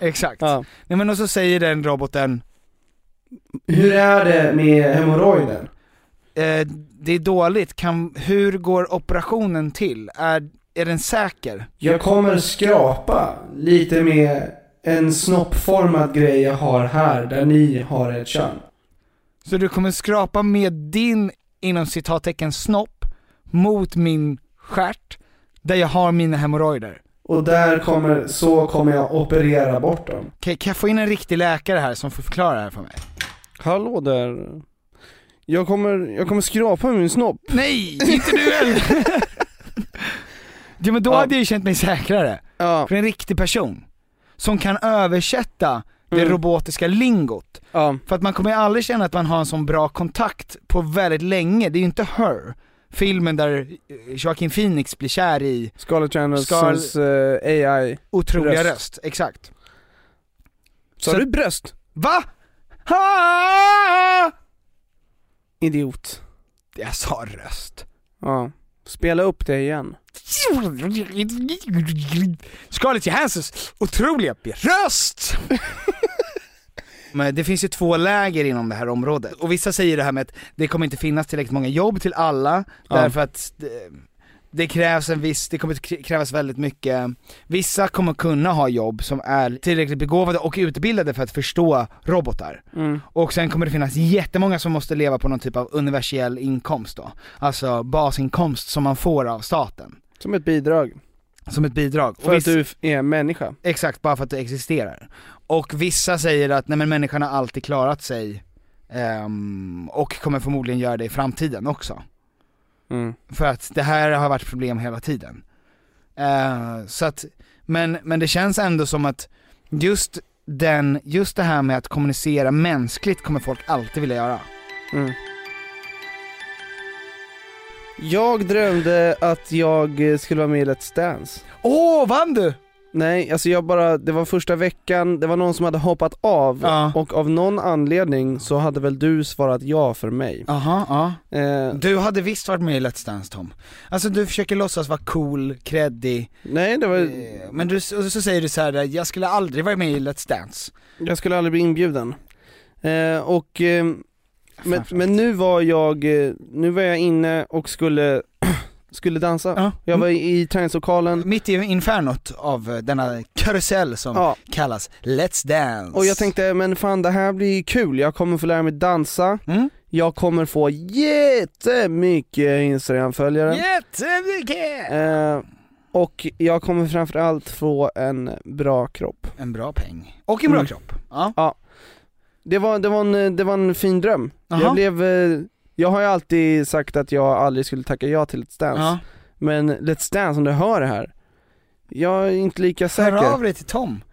B: exakt.
C: Ja.
B: Nej men och så säger den roboten,
C: Hur är det med hemorrojder?
B: eh, det är dåligt, kan, hur går operationen till? Är, är den säker?
C: Jag kommer skrapa lite med en snoppformad grej jag har här, där ni har ett kön.
B: Så du kommer skrapa med din, inom citattecken, snopp mot min stjärt där jag har mina hemorrojder.
C: Och där kommer, så kommer jag operera bort dem.
B: Okej, kan jag få in en riktig läkare här som får förklara det här för mig?
C: Hallå där. Jag kommer, jag kommer skrapa med min snopp.
B: Nej, inte du heller! ja men då hade jag ju känt mig säkrare.
C: Ja.
B: För en riktig person. Som kan översätta det
C: Mm.
B: robotiska lingot.
C: Ja.
B: För att man kommer ju aldrig känna att man har en sån bra kontakt på väldigt länge, det är ju inte Her, filmen där eh, Joaquin Phoenix blir kär i
C: Scarlett Johanssons eh, AI.
B: otroliga
C: Röst.
B: röst. exakt.
C: Sa
B: Så-
C: du bröst?
B: Va? Ha!
C: Idiot.
B: Jag sa röst.
C: Ja. Spela upp det igen.
B: Scarlett Johanssons otroliga röst! Men Det finns ju två läger inom det här området, och vissa säger det här med att det kommer inte finnas tillräckligt många jobb till alla,
C: Ja.
B: därför att det, det krävs en viss, det kommer att krä- krävas väldigt mycket, vissa kommer kunna ha jobb som är tillräckligt begåvade och utbildade för att förstå robotar.
C: Mm.
B: Och sen kommer det finnas jättemånga som måste leva på någon typ av universell inkomst då, alltså basinkomst som man får av staten.
C: Som ett bidrag.
B: Som ett bidrag.
C: För att du är människa.
B: Exakt, bara för att du existerar. Och vissa säger att nej men människan har alltid klarat sig ehm, och kommer förmodligen göra det i framtiden också.
C: Mm.
B: För att det här har varit problem hela tiden. Eh, så att, men, men det känns ändå som att just den, just det här med att kommunicera mänskligt kommer folk alltid vilja göra.
C: Mm. Jag drömde att jag eh, skulle vara med i Let's Dance
B: Åh, oh, vann du?
C: Nej, alltså jag bara, det var första veckan, det var någon som hade hoppat av och av någon anledning så hade väl du svarat ja för mig
B: Aha, ja.
C: eh,
B: Du hade visst varit med i Let's Dance Tom. Alltså du försöker låtsas vara cool, creddig.
C: Nej det var...
B: Eh, Men du, och så säger du så här: jag skulle aldrig vara med i Let's Dance.
C: Jag skulle aldrig bli inbjuden eh, och, eh, men, men nu var jag, eh, nu var jag inne och skulle, skulle dansa Jag var i, i träningslokalen
B: Mitt i infernot av eh, denna karusell som kallas Let's Dance.
C: Och jag tänkte, men fan det här blir ju kul, jag kommer få lära mig dansa,
B: Mm.
C: jag kommer få jättemycket Instagram-följare
B: Jättemycket!
C: eh, Och jag kommer framförallt få en bra kropp
B: En bra peng. Och
C: Mm.
B: en bra kropp. Ja.
C: Det var, det var, en, det var en fin dröm,
B: Jaha.
C: jag blev, eh, jag har ju alltid sagt att jag aldrig skulle tacka ja till Let's Dance
B: Ja.
C: Men Let's Dance, om du hör det här, jag är inte lika säker
B: Hör av dig till Tom.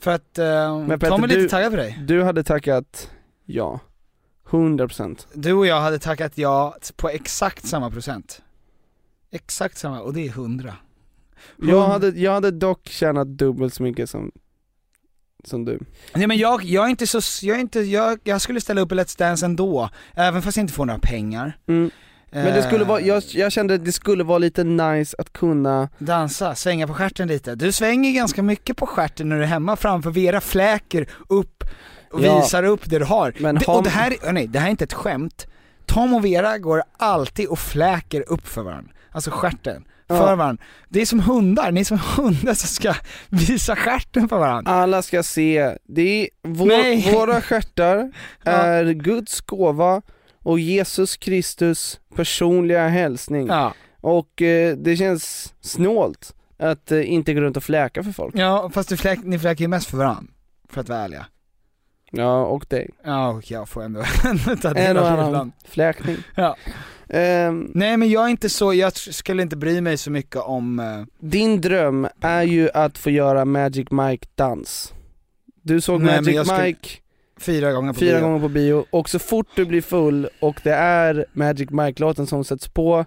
B: För att eh, Tom är lite
C: du-
B: taggad på dig.
C: Du hade tackat ja, 100%
B: Du och jag hade tackat ja på exakt samma procent. Exakt samma, och det är hundra.
C: Jag hade, jag hade dock tjänat dubbelt så mycket som, som du.
B: Nej men jag, jag är inte så, jag är inte, jag, jag skulle ställa upp i Let's Dance ändå, även fast jag inte får några pengar.
C: Mm. Men det
B: Eh,
C: skulle vara, jag, jag kände att det skulle vara lite nice att kunna
B: Dansa, svänga på stjärten lite. Du svänger ganska mycket på stjärten när du är hemma framför Vera fläker upp och
C: Ja.
B: visar upp det du har.
C: Men
B: det,
C: har-
B: och det här, oh nej, det här är inte ett skämt. Tom och Vera går alltid och fläker upp för varandra, alltså stjärten.
C: Ja.
B: För varandra. Det är som hundar, ni är som hundar som ska visa stjärten för varandra.
C: alla ska se, det är vår,
B: Nej.
C: våra stjärtar är Guds gåva och Jesus Kristus personliga hälsning.
B: Ja.
C: Och eh, det känns snålt att eh, inte gå runt och fläka för folk.
B: Ja, fast du fläk, ni fläker ju mest för varandra, för att vara ärliga.
C: Ja, och dig.
B: Ja, och jag får ändå ta
C: En
B: del
C: och
B: av det
C: annan
B: ibland.
C: fläkning.
B: Ja.
C: Ehm,
B: Nej men jag är inte så, jag tr- skulle inte bry mig så mycket om eh,
C: Din dröm är ju att få göra Magic Mike dans. Du såg
B: Nej, men
C: Magic
B: jag skulle-
C: Mike
B: fyra gånger på
C: fyra
B: bio.
C: gånger på bio och så fort du blir full och det är Magic Mike-låten som sätts på,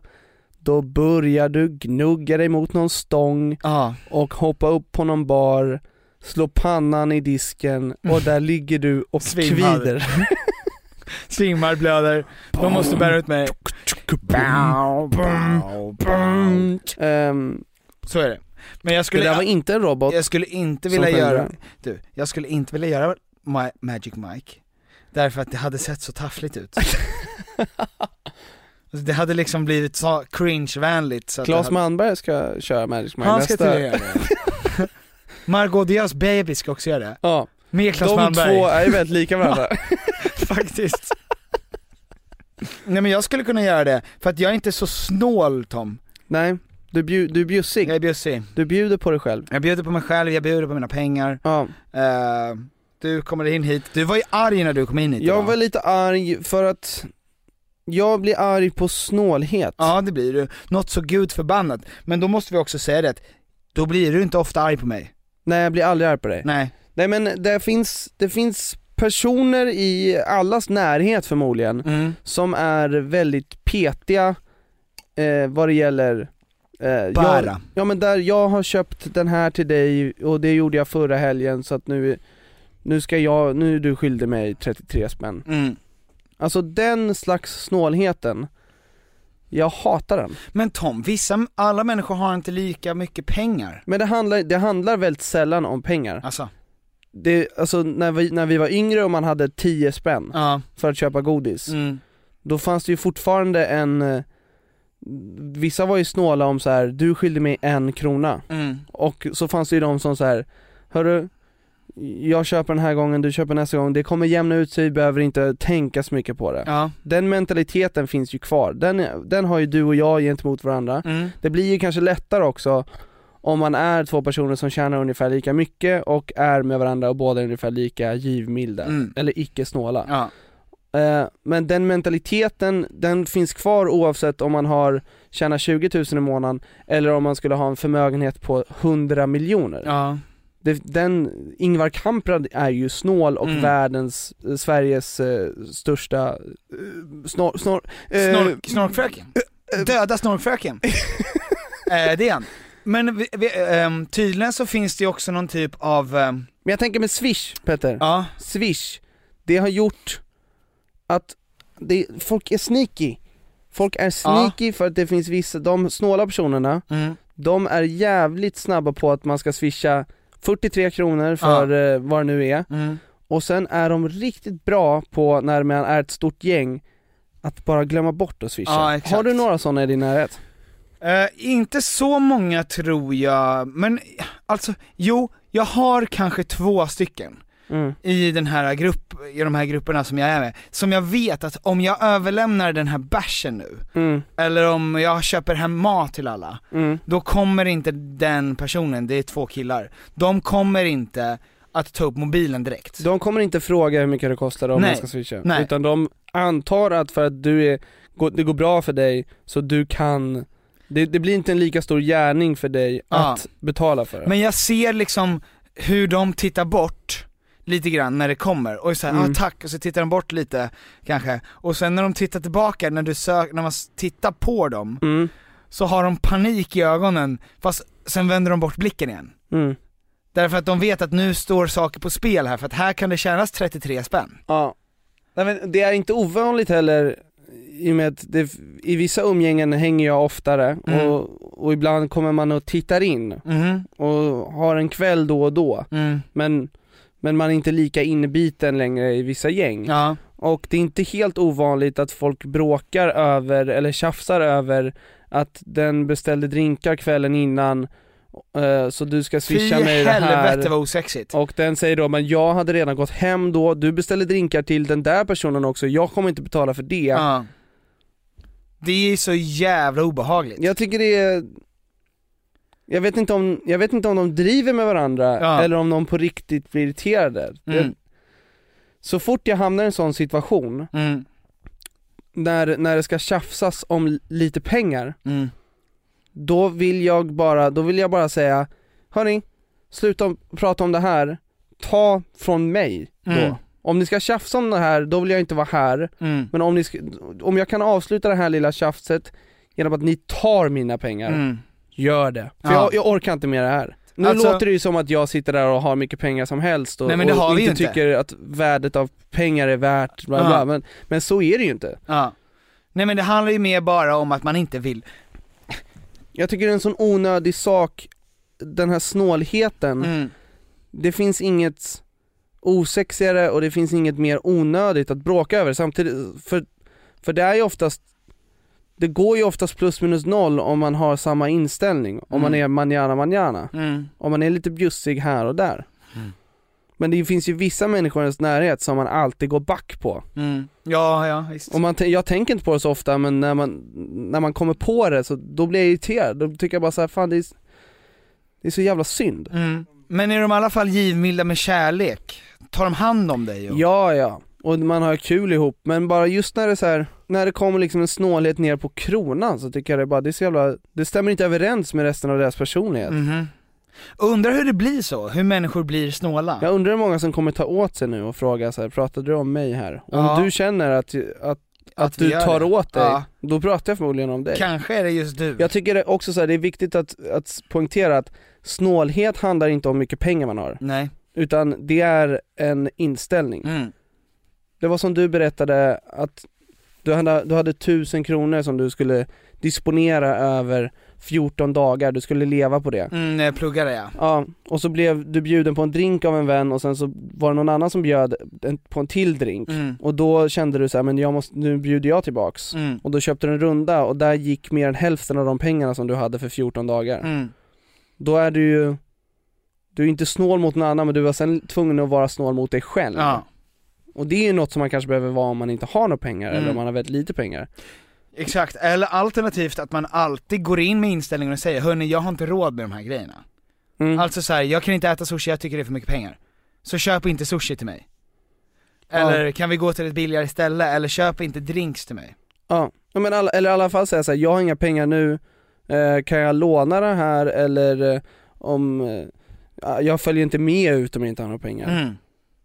C: då börjar du gnugga dig mot någon stång
B: Ja.
C: och hoppa upp på någon bar, slå pannan i disken och där ligger du och
B: Svimmar.
C: kvider.
B: Svimmar, blöder, de måste bära ut mig.
C: Ehm,
B: Så är det. Men jag
C: det
B: skulle,
C: där var inte en robot
B: jag skulle inte
C: som
B: vilja
C: sjöng
B: göra,
C: den.
B: du, jag skulle inte vilja göra Ma- Magic Mike. Därför att det hade sett så taffligt ut. Alltså, det hade liksom blivit så cringe-vänligt så att det
C: Claes
B: hade...
C: Malmberg ska köra Magic Mike
B: Han ska
C: nästa.
B: tydligen göra det. Margot Diaz baby ska också göra det.
C: Ja,
B: Med Claes
C: de
B: Malmberg.
C: två är ju väldigt lika varandra.
B: faktiskt. Nej men jag skulle kunna göra det, för att jag är inte så snål Tom.
C: Nej, du, bju- du är bjussig.
B: Jag är bjussig.
C: Du bjuder på dig själv.
B: Jag bjuder på mig själv, jag bjuder på mina pengar.
C: Ja.
B: Eh, du kommer in hit, du var ju arg när du kom in hit
C: Jag
B: idag.
C: var lite arg för att jag blir arg på snålhet.
B: Ja det blir du, något så gudförbannat. Men då måste vi också säga det att då blir du inte ofta arg på mig.
C: Nej, jag blir aldrig arg på dig. Nej,
B: Nej.
C: men det finns, det finns personer i allas närhet förmodligen
B: Mm.
C: som är väldigt petiga eh, vad det gäller eh, jag,
B: Bara.
C: Ja men där, jag har köpt den här till dig och det gjorde jag förra helgen så att nu, nu ska jag, nu är du skyldig mig 33 spänn.
B: Mm.
C: Alltså den slags snålheten, jag hatar den.
B: Men Tom, vissa, alla människor har inte lika mycket pengar.
C: Men det handlar, det handlar väldigt sällan om pengar.
B: Alltså,
C: det, alltså när vi, när vi var yngre och man hade 10 spänn
B: Ja.
C: för att köpa godis,
B: Mm.
C: då fanns det ju fortfarande en eh, Vissa var ju snåla om så här. du skyllde mig en krona
B: Mm.
C: Och så fanns det ju de som så här. Hörru, jag köper den här gången, du köper nästa gång, det kommer jämna ut sig, vi behöver inte tänka så mycket på det
B: Ja.
C: Den mentaliteten finns ju kvar, den, är- den har ju du och jag gentemot varandra
B: Mm.
C: Det blir ju kanske lättare också om man är två personer som tjänar ungefär lika mycket och är med varandra och båda är ungefär lika givmilda,
B: Mm.
C: eller icke snåla
B: Ja.
C: Eh, Men den mentaliteten, den finns kvar oavsett om man har tjänar 20 000 i månaden eller om man skulle ha en förmögenhet på 100 miljoner.
B: Ja.
C: Det, den, Ingvar Kamprad är ju snål och
B: Mm.
C: världens, eh, Sveriges eh, största eh, snor, snor, eh,
B: Snork, snorkfröken. eh, Döda snorkfröken. eh, det är han. Men vi, vi, ehm, tydligen så finns det ju också någon typ av... ehm,
C: Men jag tänker med Swish Petter,
B: ja.
C: Swish, det har gjort att det, folk är sneaky. Folk är sneaky för att det finns vissa, de snåla personerna,
B: Mm.
C: de är jävligt snabba på att man ska swisha 43 kronor för eh, vad det nu är,
B: Mm.
C: och sen är de riktigt bra på när man är ett stort gäng att bara glömma bort att swisha.
B: Ja, exakt.
C: har du några sådana i din närhet?
B: Eh, inte så många tror jag, men alltså, jo, jag har kanske två stycken.
C: Mm.
B: i den här grupp, i de här grupperna som jag är med, som jag vet att om jag överlämnar den här bärsen nu,
C: Mm.
B: eller om jag köper hem mat till alla,
C: Mm.
B: då kommer inte den personen, det är två killar, de kommer inte att ta upp mobilen direkt.
C: De kommer inte fråga hur mycket det kostar om
B: Nej.
C: man ska swisha,
B: Nej.
C: utan de antar att för att du är, går- det går bra för dig, så du kan det, det blir inte en lika stor gärning för dig
B: Ja.
C: att betala för det.
B: Men jag ser liksom hur de tittar bort lite grann när det kommer och säger
C: Mm.
B: ah, tack och så tittar de bort lite kanske och sen när de tittar tillbaka när du sök, när man s- tittar på dem
C: Mm.
B: så har de panik i ögonen fast sen vänder de bort blicken igen.
C: Mm.
B: Därför att de vet att nu står saker på spel här för att här kan det tjänas 33 spänn.
C: Ja. Nej, men det är inte ovanligt heller i och med att det, i vissa umgängen hänger jag oftare
B: Mm.
C: och, och ibland kommer man och tittar in
B: Mhm,
C: och har en kväll då och då
B: mm.
C: men, men man är inte lika inbiten längre i vissa gäng.
B: Ja.
C: Och det är inte helt ovanligt att folk bråkar över eller tjafsar över att den beställde drinkar kvällen innan eh, så du ska
B: Fy
C: swisha mig det här.
B: helvete vad osexigt.
C: Och den säger då, men jag hade redan gått hem då, du beställde drinkar till den där personen också, jag kommer inte betala för det.
B: Ja. Det är så jävla obehagligt.
C: Jag tycker det är jag vet, inte om, jag vet inte om de driver med varandra
B: Ja.
C: eller om de på riktigt blir irriterade. Det,
B: Mm.
C: så fort jag hamnar i en sån situation,
B: Mm.
C: när, när det ska tjafsas om l- lite pengar,
B: Mm.
C: då vill jag bara, då vill jag bara säga, hörni, sluta om- prata om det här, ta från mig då.
B: Mm.
C: Om ni ska tjafsa om det här, då vill jag inte vara här,
B: Mm.
C: men om, ni ska, om jag kan avsluta det här lilla tjafset genom att ni tar mina pengar,
B: Mm.
C: gör det. För
B: Ja.
C: jag, jag orkar inte med det här. Nu
B: Alltså-
C: låter det ju som att jag sitter där och har mycket pengar som helst och,
B: Nej, men det
C: och
B: har vi ju
C: inte
B: inte.
C: tycker att värdet av pengar är värt, bla, bla,
B: Ja.
C: bla. Men, men så är det ju inte.
B: Ja. Nej men det handlar ju mer bara om att man inte vill.
C: Jag tycker det är en sån onödig sak, den här snålheten.
B: Mm.
C: Det finns inget osexigare och det finns inget mer onödigt att bråka över samtidigt, för, för det är ju oftast det går ju oftast plus minus noll om man har samma inställning, om man är manjana manjana.
B: Mm.
C: Om man är lite bjussig här och där. Men det finns ju vissa människor i ens närhet som man alltid går back på.
B: Mm. Ja, ja visst.
C: Och man, tän- jag tänker inte på det så ofta men när man, när man kommer på det så då blir jag irriterad, då tycker jag bara så här, fan det är, s- det är så jävla synd.
B: Mm. Men är de i alla fall givmilda med kärlek? Tar de hand om dig? Och...
C: Ja ja, och man har kul ihop men bara just när det så här, när det kommer liksom en snålhet ner på kronan så tycker jag det bara, det är så jävla, det stämmer inte överens med resten av deras personlighet.
B: Mhm. Undrar hur det blir så, hur människor blir snåla.
C: Jag undrar hur många som kommer ta åt sig nu och fråga så här, pratade du om mig här? Om
B: Ja.
C: du känner att, att, att,
B: vi
C: du
B: gör
C: tar
B: det.
C: åt dig,
B: Ja.
C: då pratar jag förmodligen om dig.
B: Kanske är det just du.
C: Jag tycker det också så här, det är viktigt att, att poängtera att snålhet handlar inte om hur mycket pengar man har,
B: Nej.
C: utan det är en inställning.
B: Mm.
C: Det var som du berättade att du hade, du hade tusen kronor som du skulle disponera över 14 dagar, du skulle leva på det.
B: Mm, när jag pluggade ja.
C: Ja, och så blev du bjuden på en drink av en vän och sen så var det någon annan som bjöd en, på en till drink
B: Mm.
C: och då kände du så här, men jag måste, nu bjuder jag tillbaks.
B: Mm.
C: Och då köpte du en runda och där gick mer än hälften av de pengarna som du hade för 14 dagar.
B: Mm.
C: Då är du ju, du är inte snål mot någon annan men du var sen tvungen att vara snål mot dig själv.
B: Ja.
C: Och det är ju något som man kanske behöver vara om man inte har några pengar
B: Mm.
C: eller om man har väldigt lite pengar.
B: Exakt, eller alternativt att man alltid går in med inställningen och säger hörni jag har inte råd med de här grejerna.
C: Mm.
B: Alltså så här, jag kan inte äta sushi, jag tycker det är för mycket pengar. Så köp inte sushi till mig. Eller kan vi gå till ett billigare ställe, eller köp inte drinks till mig.
C: Ja, Ja, men alla, eller i alla fall säga såhär, jag har inga pengar nu, eh, kan jag låna det här eller eh, om, eh, ja, jag följer inte med ut om jag inte har några pengar.
B: Mm.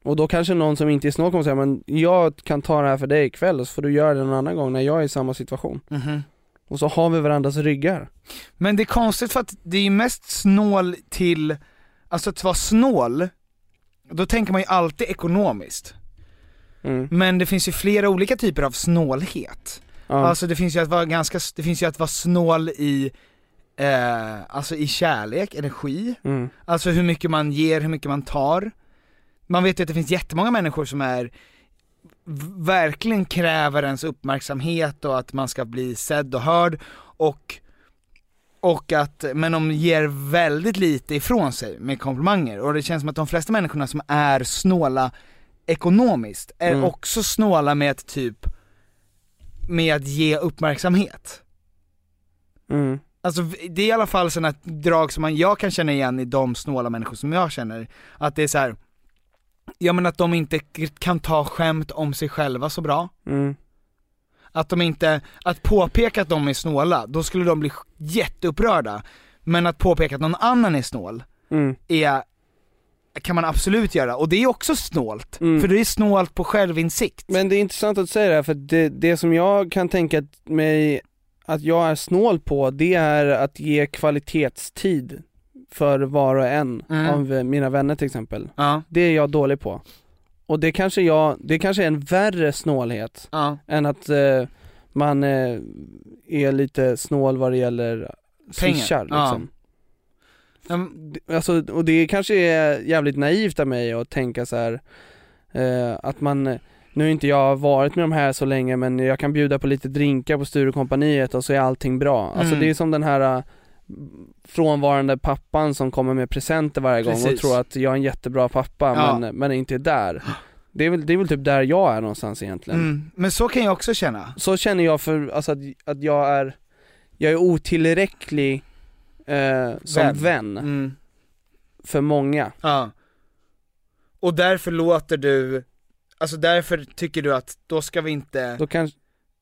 C: Och då kanske någon som inte är snål kommer säga, men jag kan ta det här för dig ikväll och så får du göra det någon annan gång när jag är i samma situation.
B: Mhm.
C: Och så har vi varandras ryggar.
B: Men det är konstigt för att det är ju mest snål till, alltså att vara snål, då tänker man ju alltid ekonomiskt.
C: Mm.
B: Men det finns ju flera olika typer av snålhet.
C: Ja.
B: Alltså det finns ju att vara ganska, det finns ju att vara snål i, eh, alltså i kärlek, energi,
C: Mm.
B: alltså hur mycket man ger, hur mycket man tar. Man vet ju att det finns jättemånga människor som är v- verkligen kräver ens uppmärksamhet och att man ska bli sedd och hörd och, och att, men de ger väldigt lite ifrån sig med komplimanger och det känns som att de flesta människorna som är snåla ekonomiskt är
C: Mm.
B: också snåla med att typ, med att ge uppmärksamhet.
C: Mm.
B: Alltså v- det är i alla fall sådana drag som man, jag kan känna igen i de snåla människor som jag känner, att det är så här. ja men att de inte k- kan ta skämt om sig själva så bra.
C: Mm.
B: Att de inte, att påpeka att de är snåla, då skulle de bli sj- jätteupprörda. Men att påpeka att någon annan är snål,
C: Mm.
B: är, kan man absolut göra, och det är också snålt. För det är snålt på självinsikt.
C: Men det är intressant att du säger det här för det, det som jag kan tänka att mig att jag är snål på det är att ge kvalitetstid för var och en
B: Mm.
C: av mina vänner till exempel.
B: Ja.
C: Det är jag dålig på. Och det kanske, jag, det kanske är en värre snålhet
B: Ja.
C: än att eh, man eh, är lite snål vad det gäller
B: Pengar.
C: swishar
B: Ja.
C: liksom.
B: Mm.
C: Det- Alltså, och det kanske är jävligt naivt av mig att tänka så här eh, att man, nu har inte jag varit med de här så länge men jag kan bjuda på lite drinkar på Sturecompagniet och så är allting bra. Alltså
B: Mm.
C: det är som den här eh, frånvarande pappan som kommer med presenter varje gång och
B: Precis.
C: tror att jag är en jättebra pappa
B: Ja.
C: men, men inte är där. Det är, väl, det är väl typ där jag är någonstans egentligen.
B: Mm. Men så kan jag också känna.
C: Så känner jag för, alltså att, att jag är, jag är otillräcklig eh, som
B: Vän.
C: vän,
B: Mm.
C: för många.
B: Ja. Och därför låter du, alltså därför tycker du att då ska vi inte,
C: Då kan,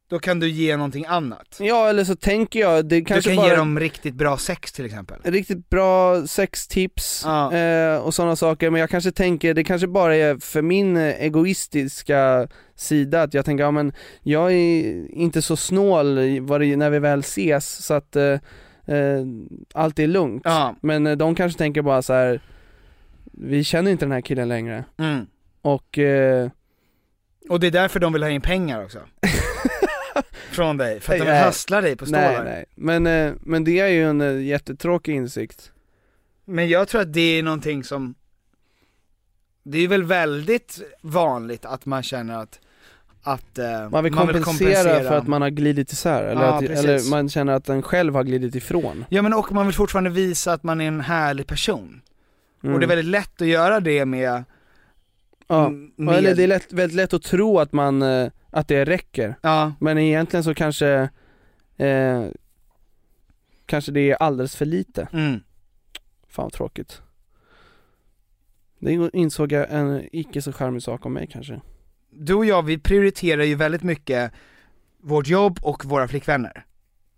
B: då kan du ge någonting annat.
C: ja eller så tänker jag, det kanske
B: du kan
C: bara
B: ge dem riktigt bra sex till exempel.
C: riktigt bra sextips
B: Ja.
C: eh, och sådana saker men jag kanske tänker, det kanske bara är för min eh, egoistiska sida att jag tänker, ja men jag är inte så snål i- vad det- när vi väl ses så att eh, eh, allt är lugnt.
B: Ja.
C: Men eh, de kanske tänker bara så här. vi känner inte den här killen längre
B: Mm.
C: och eh,
B: Och det är därför de vill ha in pengar också. Från dig, för att de vill
C: Nej.
B: hustla dig på
C: nej,
B: stålar.
C: nej. Men, eh, men det är ju en eh, jättetråkig insikt.
B: Men jag tror att det är någonting som, det är väl väldigt vanligt att man känner att, att eh,
C: Man vill kompensera, för att man har glidit isär, eller,
B: Ja,
C: att,
B: precis.
C: eller man känner att den själv har glidit ifrån.
B: Ja men och man vill fortfarande visa att man är en härlig person. Och det är väldigt lätt att göra det med,
C: Mm. ja.
B: m-
C: Ja,
B: med
C: Eller det är lätt, väldigt lätt att tro att, man, eh, att det räcker,
B: ja,
C: men egentligen så kanske eh, Kanske det är alldeles för lite.
B: mm.
C: Fan vad tråkigt. Det insåg jag en icke så charmig sak om mig kanske.
B: Du och jag vi prioriterar ju väldigt mycket vårt jobb och våra flickvänner.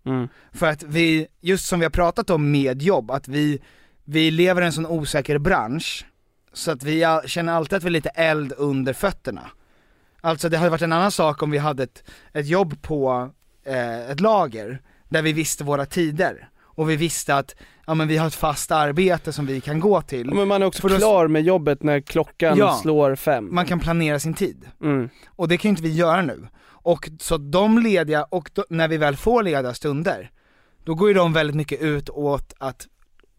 C: Mm.
B: För att vi, just som vi har pratat om med jobb, att vi, vi lever i en sån osäker bransch, så att vi all, känner alltid att vi är lite eld under fötterna. Alltså det hade varit en annan sak om vi hade ett, ett jobb på eh, ett lager, där vi visste våra tider. Och vi visste att, ja men vi har ett fast arbete som vi kan gå till.
C: Ja, men man är också
B: För då-
C: klar med jobbet när klockan
B: Ja.
C: slår fem.
B: Man kan planera sin tid.
C: Mm.
B: Och det kan ju inte vi göra nu. Och så de lediga, och då, när vi väl får lediga stunder, då går ju de väldigt mycket ut åt att,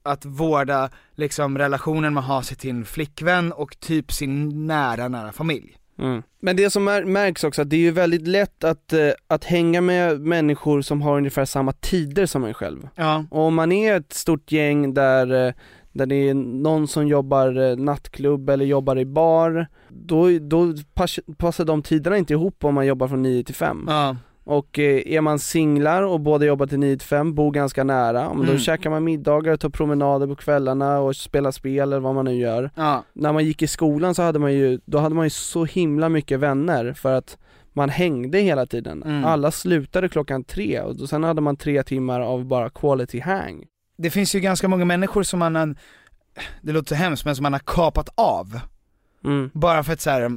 B: att vårda liksom relationen man har sig till en flickvän och typ sin nära, nära familj.
C: Men det som är, märks också, att det är ju väldigt lätt att, eh, att hänga med människor som har ungefär samma tider som en själv.
B: Ja.
C: Och om man är ett stort gäng där, eh, där det är någon som jobbar eh, nattklubb eller jobbar i bar, då, då pass, passar de tiderna inte ihop om man jobbar från 9 till 5.
B: Ja.
C: Och eh, är man singlar och båda jobbar till 9 till 5, bor ganska nära, ja, men då
B: Mm.
C: käkar man middagar, tar promenader på kvällarna och spelar spel eller vad man nu gör.
B: Ja.
C: När man gick i skolan så hade man ju, då hade man ju så himla mycket vänner för att man hängde hela tiden.
B: Mm.
C: Alla slutade klockan tre och då, sen hade man tre timmar av bara quality hang.
B: Det finns ju ganska många människor som man, har- det låter så hemskt, men som man har kapat av. Bara för att så här,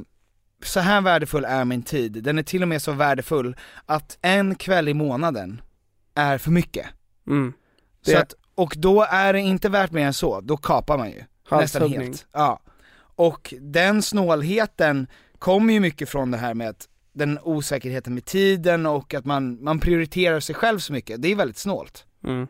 B: så här värdefull är min tid. Den är till och med så värdefull att en kväll i månaden är för mycket. Så
C: Mm. Det-
B: att, och då är det inte värt mer än så, då kapar man ju. Nästan
C: Halshuggning.
B: helt. Ja. Och den snålheten kommer ju mycket från det här med att den osäkerheten med tiden och att man, man prioriterar sig själv så mycket. Det är väldigt snålt.
C: mm.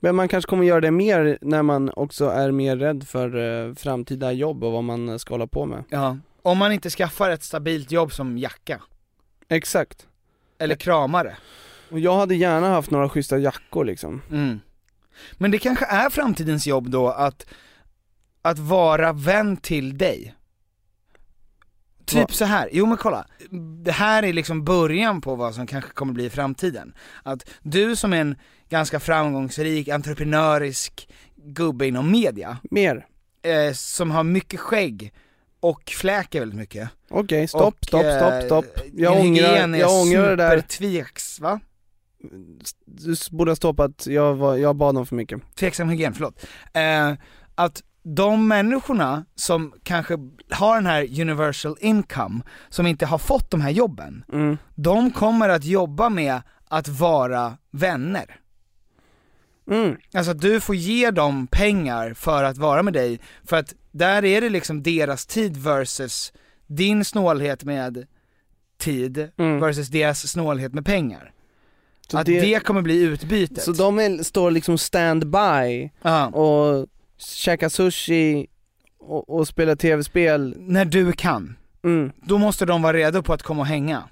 C: Men man kanske kommer göra det mer när man också är mer rädd för eh, framtida jobb och vad man ska hålla på med.
B: Ja. Om man inte skaffar ett stabilt jobb som jacka,
C: Exakt.
B: eller kramare.
C: Och jag hade gärna haft några schyssta jackor liksom.
B: Mm. Men det kanske är framtidens jobb då att, att vara vän till dig. Typ så här. jo men kolla. Det här är liksom början på vad som kanske kommer bli i framtiden. Att du som är en ganska framgångsrik, entreprenörisk gubbe inom media.
C: Mer.
B: Eh, som har mycket skägg och fläker väldigt mycket.
C: Okej, stopp,
B: Och,
C: stopp, stopp,
B: eh,
C: stopp. Jag
B: din
C: ångrar,
B: hygien är
C: jag ångrar det där.
B: supertveks, va?
C: Du borde ha stoppat, jag, var, jag bad om för mycket.
B: tveksam hygien, förlåt. Eh, att de människorna som kanske har den här universal income, som inte har fått de här jobben, de kommer att jobba med att vara vänner.
C: Mm.
B: Alltså att du får ge dem pengar för att vara med dig, för att där är det liksom deras tid versus din snålhet med tid versus deras snålhet med pengar. att det...
C: Mm. det-
B: kommer bli utbytet.
C: Så de är, står liksom standby och käkar sushi och, och spelar tv-spel.
B: När du kan.
C: Mm.
B: Då måste de vara redo på att komma och hänga.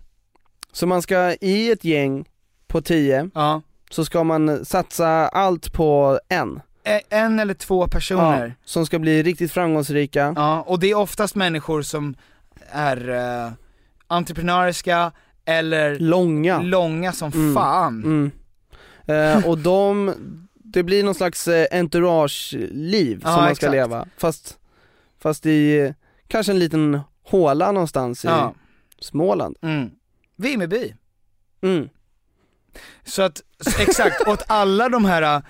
C: Så man ska i ett gäng på tio, så ska man satsa allt på en.
B: E- En eller två personer.
C: Ja, som ska bli riktigt framgångsrika.
B: Ja, och det är oftast människor som är eh, entreprenöriska eller
C: långa,
B: långa som
C: Mm.
B: fan.
C: Mm. Eh, och de, det blir någon slags eh, entourage-liv
B: Ja,
C: som man ska
B: exakt.
C: leva, fast, fast i eh, kanske en liten håla någonstans
B: Ja.
C: i Småland.
B: Mm. Vimmerby.
C: Mm.
B: Så att, så exakt, åt alla de här, eh,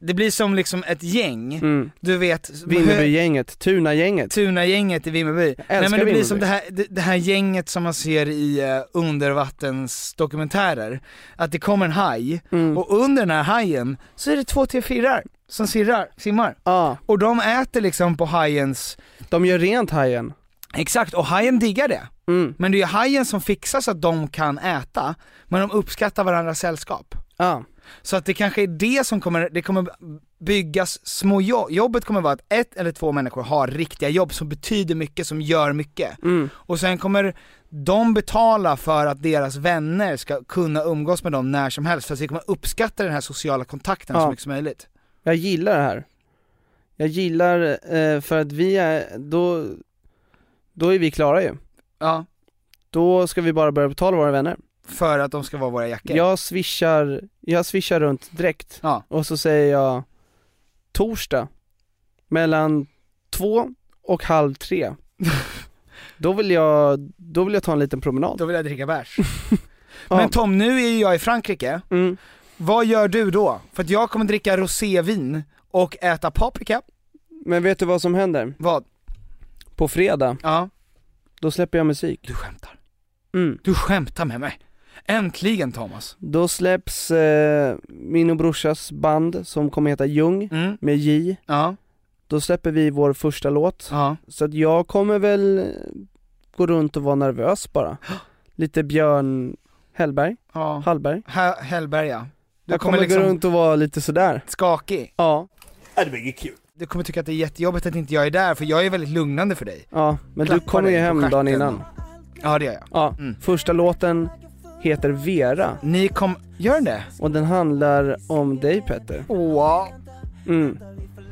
B: det blir som liksom ett gäng,
C: Mm.
B: du vet
C: Vimmerbygänget, Tunagänget.
B: Tunagänget i Vimmerby. Nej men det blir
C: Vimmerby.
B: som det här, det, det här gänget som man ser i eh, undervattensdokumentärer. Att det kommer en haj, Mm.
C: Mm.
B: och under den här hajen så är det två, tre firrar som sirrar, simmar.
C: Ja.
B: Och de äter liksom på hajens...
C: De gör rent hajen.
B: Exakt, och hajen diggar det.
C: Mm.
B: Men det är ju hajen som fixar så att de kan äta, men de uppskattar varandras sällskap.
C: Ja.
B: Så att det kanske är det som kommer, det kommer byggas små jobb, jobbet kommer vara att ett eller två människor har riktiga jobb som betyder mycket, som gör mycket. Och sen kommer de betala för att deras vänner ska kunna umgås med dem när som helst, för att vi kommer uppskatta den här sociala kontakten så
C: Ja.
B: mycket som möjligt.
C: Jag gillar det här. Jag gillar, eh, för att vi är, då, då är vi klara ju.
B: Ja,
C: Då ska vi bara börja betala våra vänner.
B: för att de ska vara våra jackor.
C: Jag swishar, jag swishar runt direkt
B: Ja.
C: och så säger jag torsdag mellan två och halv tre. då, vill jag, då vill jag ta en liten promenad.
B: Då vill jag dricka bärs.
C: Ja.
B: Men Tom, nu är ju jag i Frankrike.
C: Mm.
B: Vad gör du då? För att jag kommer dricka rosévin och äta paprika.
C: Men vet du vad som händer?
B: Vad?
C: På fredag,
B: Ja.
C: då släpper jag musik.
B: Du skämtar.
C: Mm.
B: Du skämtar med mig. Äntligen Thomas.
C: Då släpps eh, min och brorsas band som kommer heta Jung
B: Mm.
C: med J.
B: Ja.
C: Då släpper vi vår första låt.
B: Ja.
C: Så att jag kommer väl gå runt och vara nervös bara. Lite Björn Hellberg,
B: Ja.
C: Hallberg.
B: Ha- Hellberga. liksom
C: jag kommer, gå runt och vara lite sådär.
B: skakig.
C: Ja.
A: Ja, det blir inget kul.
B: Du kommer tycka att det är jättejobbigt att inte jag är där, för jag är väldigt lugnande för dig.
C: Ja, men du
B: Klappar
C: kommer ju
B: dig på
C: hem dagen
B: stjärten. Mm.
C: innan.
B: Ja det gör jag.
C: Ja, första låten heter Vera.
B: Ni kom, gör den det?
C: Och den handlar om dig Petter.
B: Wow.
C: Mm.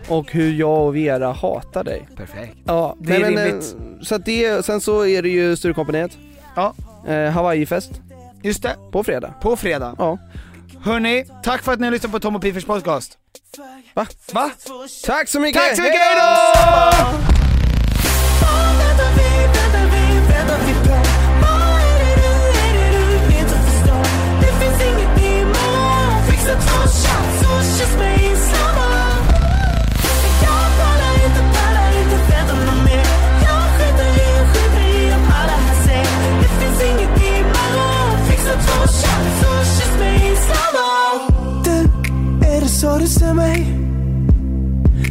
C: Och hur jag och Vera hatar dig.
B: Perfekt.
C: Ja,
B: Det är
C: nej, men,
B: rimligt.
C: eh, Så att det, sen så är det ju Sturecompagniet.
B: Ja.
C: Eh, Hawaii-fest.
B: Just det.
C: På fredag.
B: På fredag.
C: Ja.
B: Hörni, tack för att ni har lyssnat på Tom och Piffers podcast.
C: Va?
B: Va?
C: Tack så mycket!
B: Tack så mycket,
C: Hej då!
B: hejdå!
G: Du, är det så du ser mig?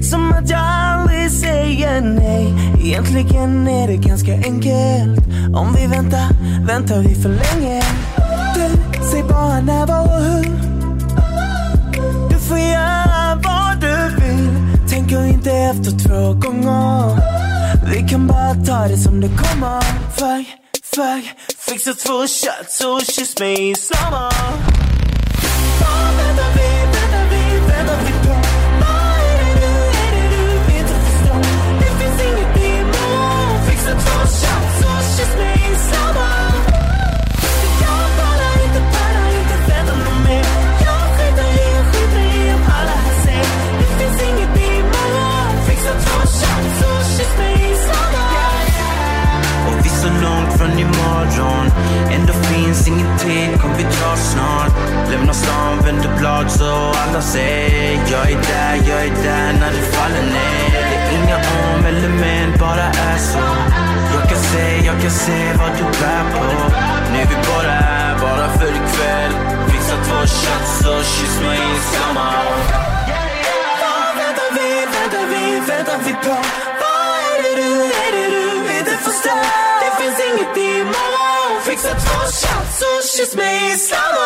G: Som att jag aldrig säger nej Egentligen är det ganska enkelt Om vi väntar, väntar vi för länge Du, säg bara när, var och hur Du får göra vad du vill Tänker inte efter två gånger Vi kan bara ta det som det kommer Fuck, fuck Fixa två shots och kyss mig i slowmo Vad väntar vi, väntar vi, väntar vi på? Vad är det nu, är det du inte förstår? Det finns inget emot Fixa två shots och kyss mig i slowmo jag pallar inte, pallar inte, vänta på mig Jag skiter i, skiter i om alla här ser Det finns inget emellan Fixa två shots och kyss mig i
H: Och vi så långt från imorgon Ändå finns ingen tid, kom vi dra snart Lämna stan, vänder blad så alla ser Jag är där, jag är där när det faller ner Det är inga om eller men, bara är så Jag kan se, jag kan se vad du bär på Nu är vi bara här, bara för ikväll Fixa två shots och kyss mig i samma
G: Vad väntar vi, väntar vi, väntar vi på? Vad är det du, är det du inte förstår? Det finns inget imorgon Fixa två shots och kyss mig i slowmo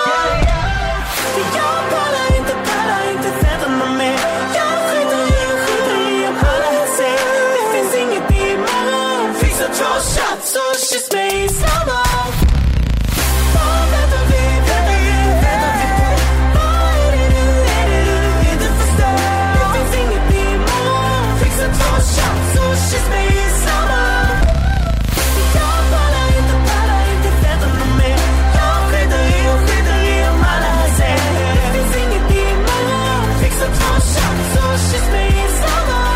G: Jag pallar inte, pallar inte, vänta på mig Jag skiter i, skiter i om alla här ser Det finns inget imorgon Fixa två shots och kyss mig i slowmo Vad väntar vi, väntar vi, väntar vi på? Vad är det du, är det du inte förstår? Det finns inget imorgon Fixa två shots och kyss mig i samma Jag pallar inte, pallar inte, vänta på mig Jag skiter i och skiter i om alla här ser Det finns inget imorgon Fixa två shots och kyss mig i samma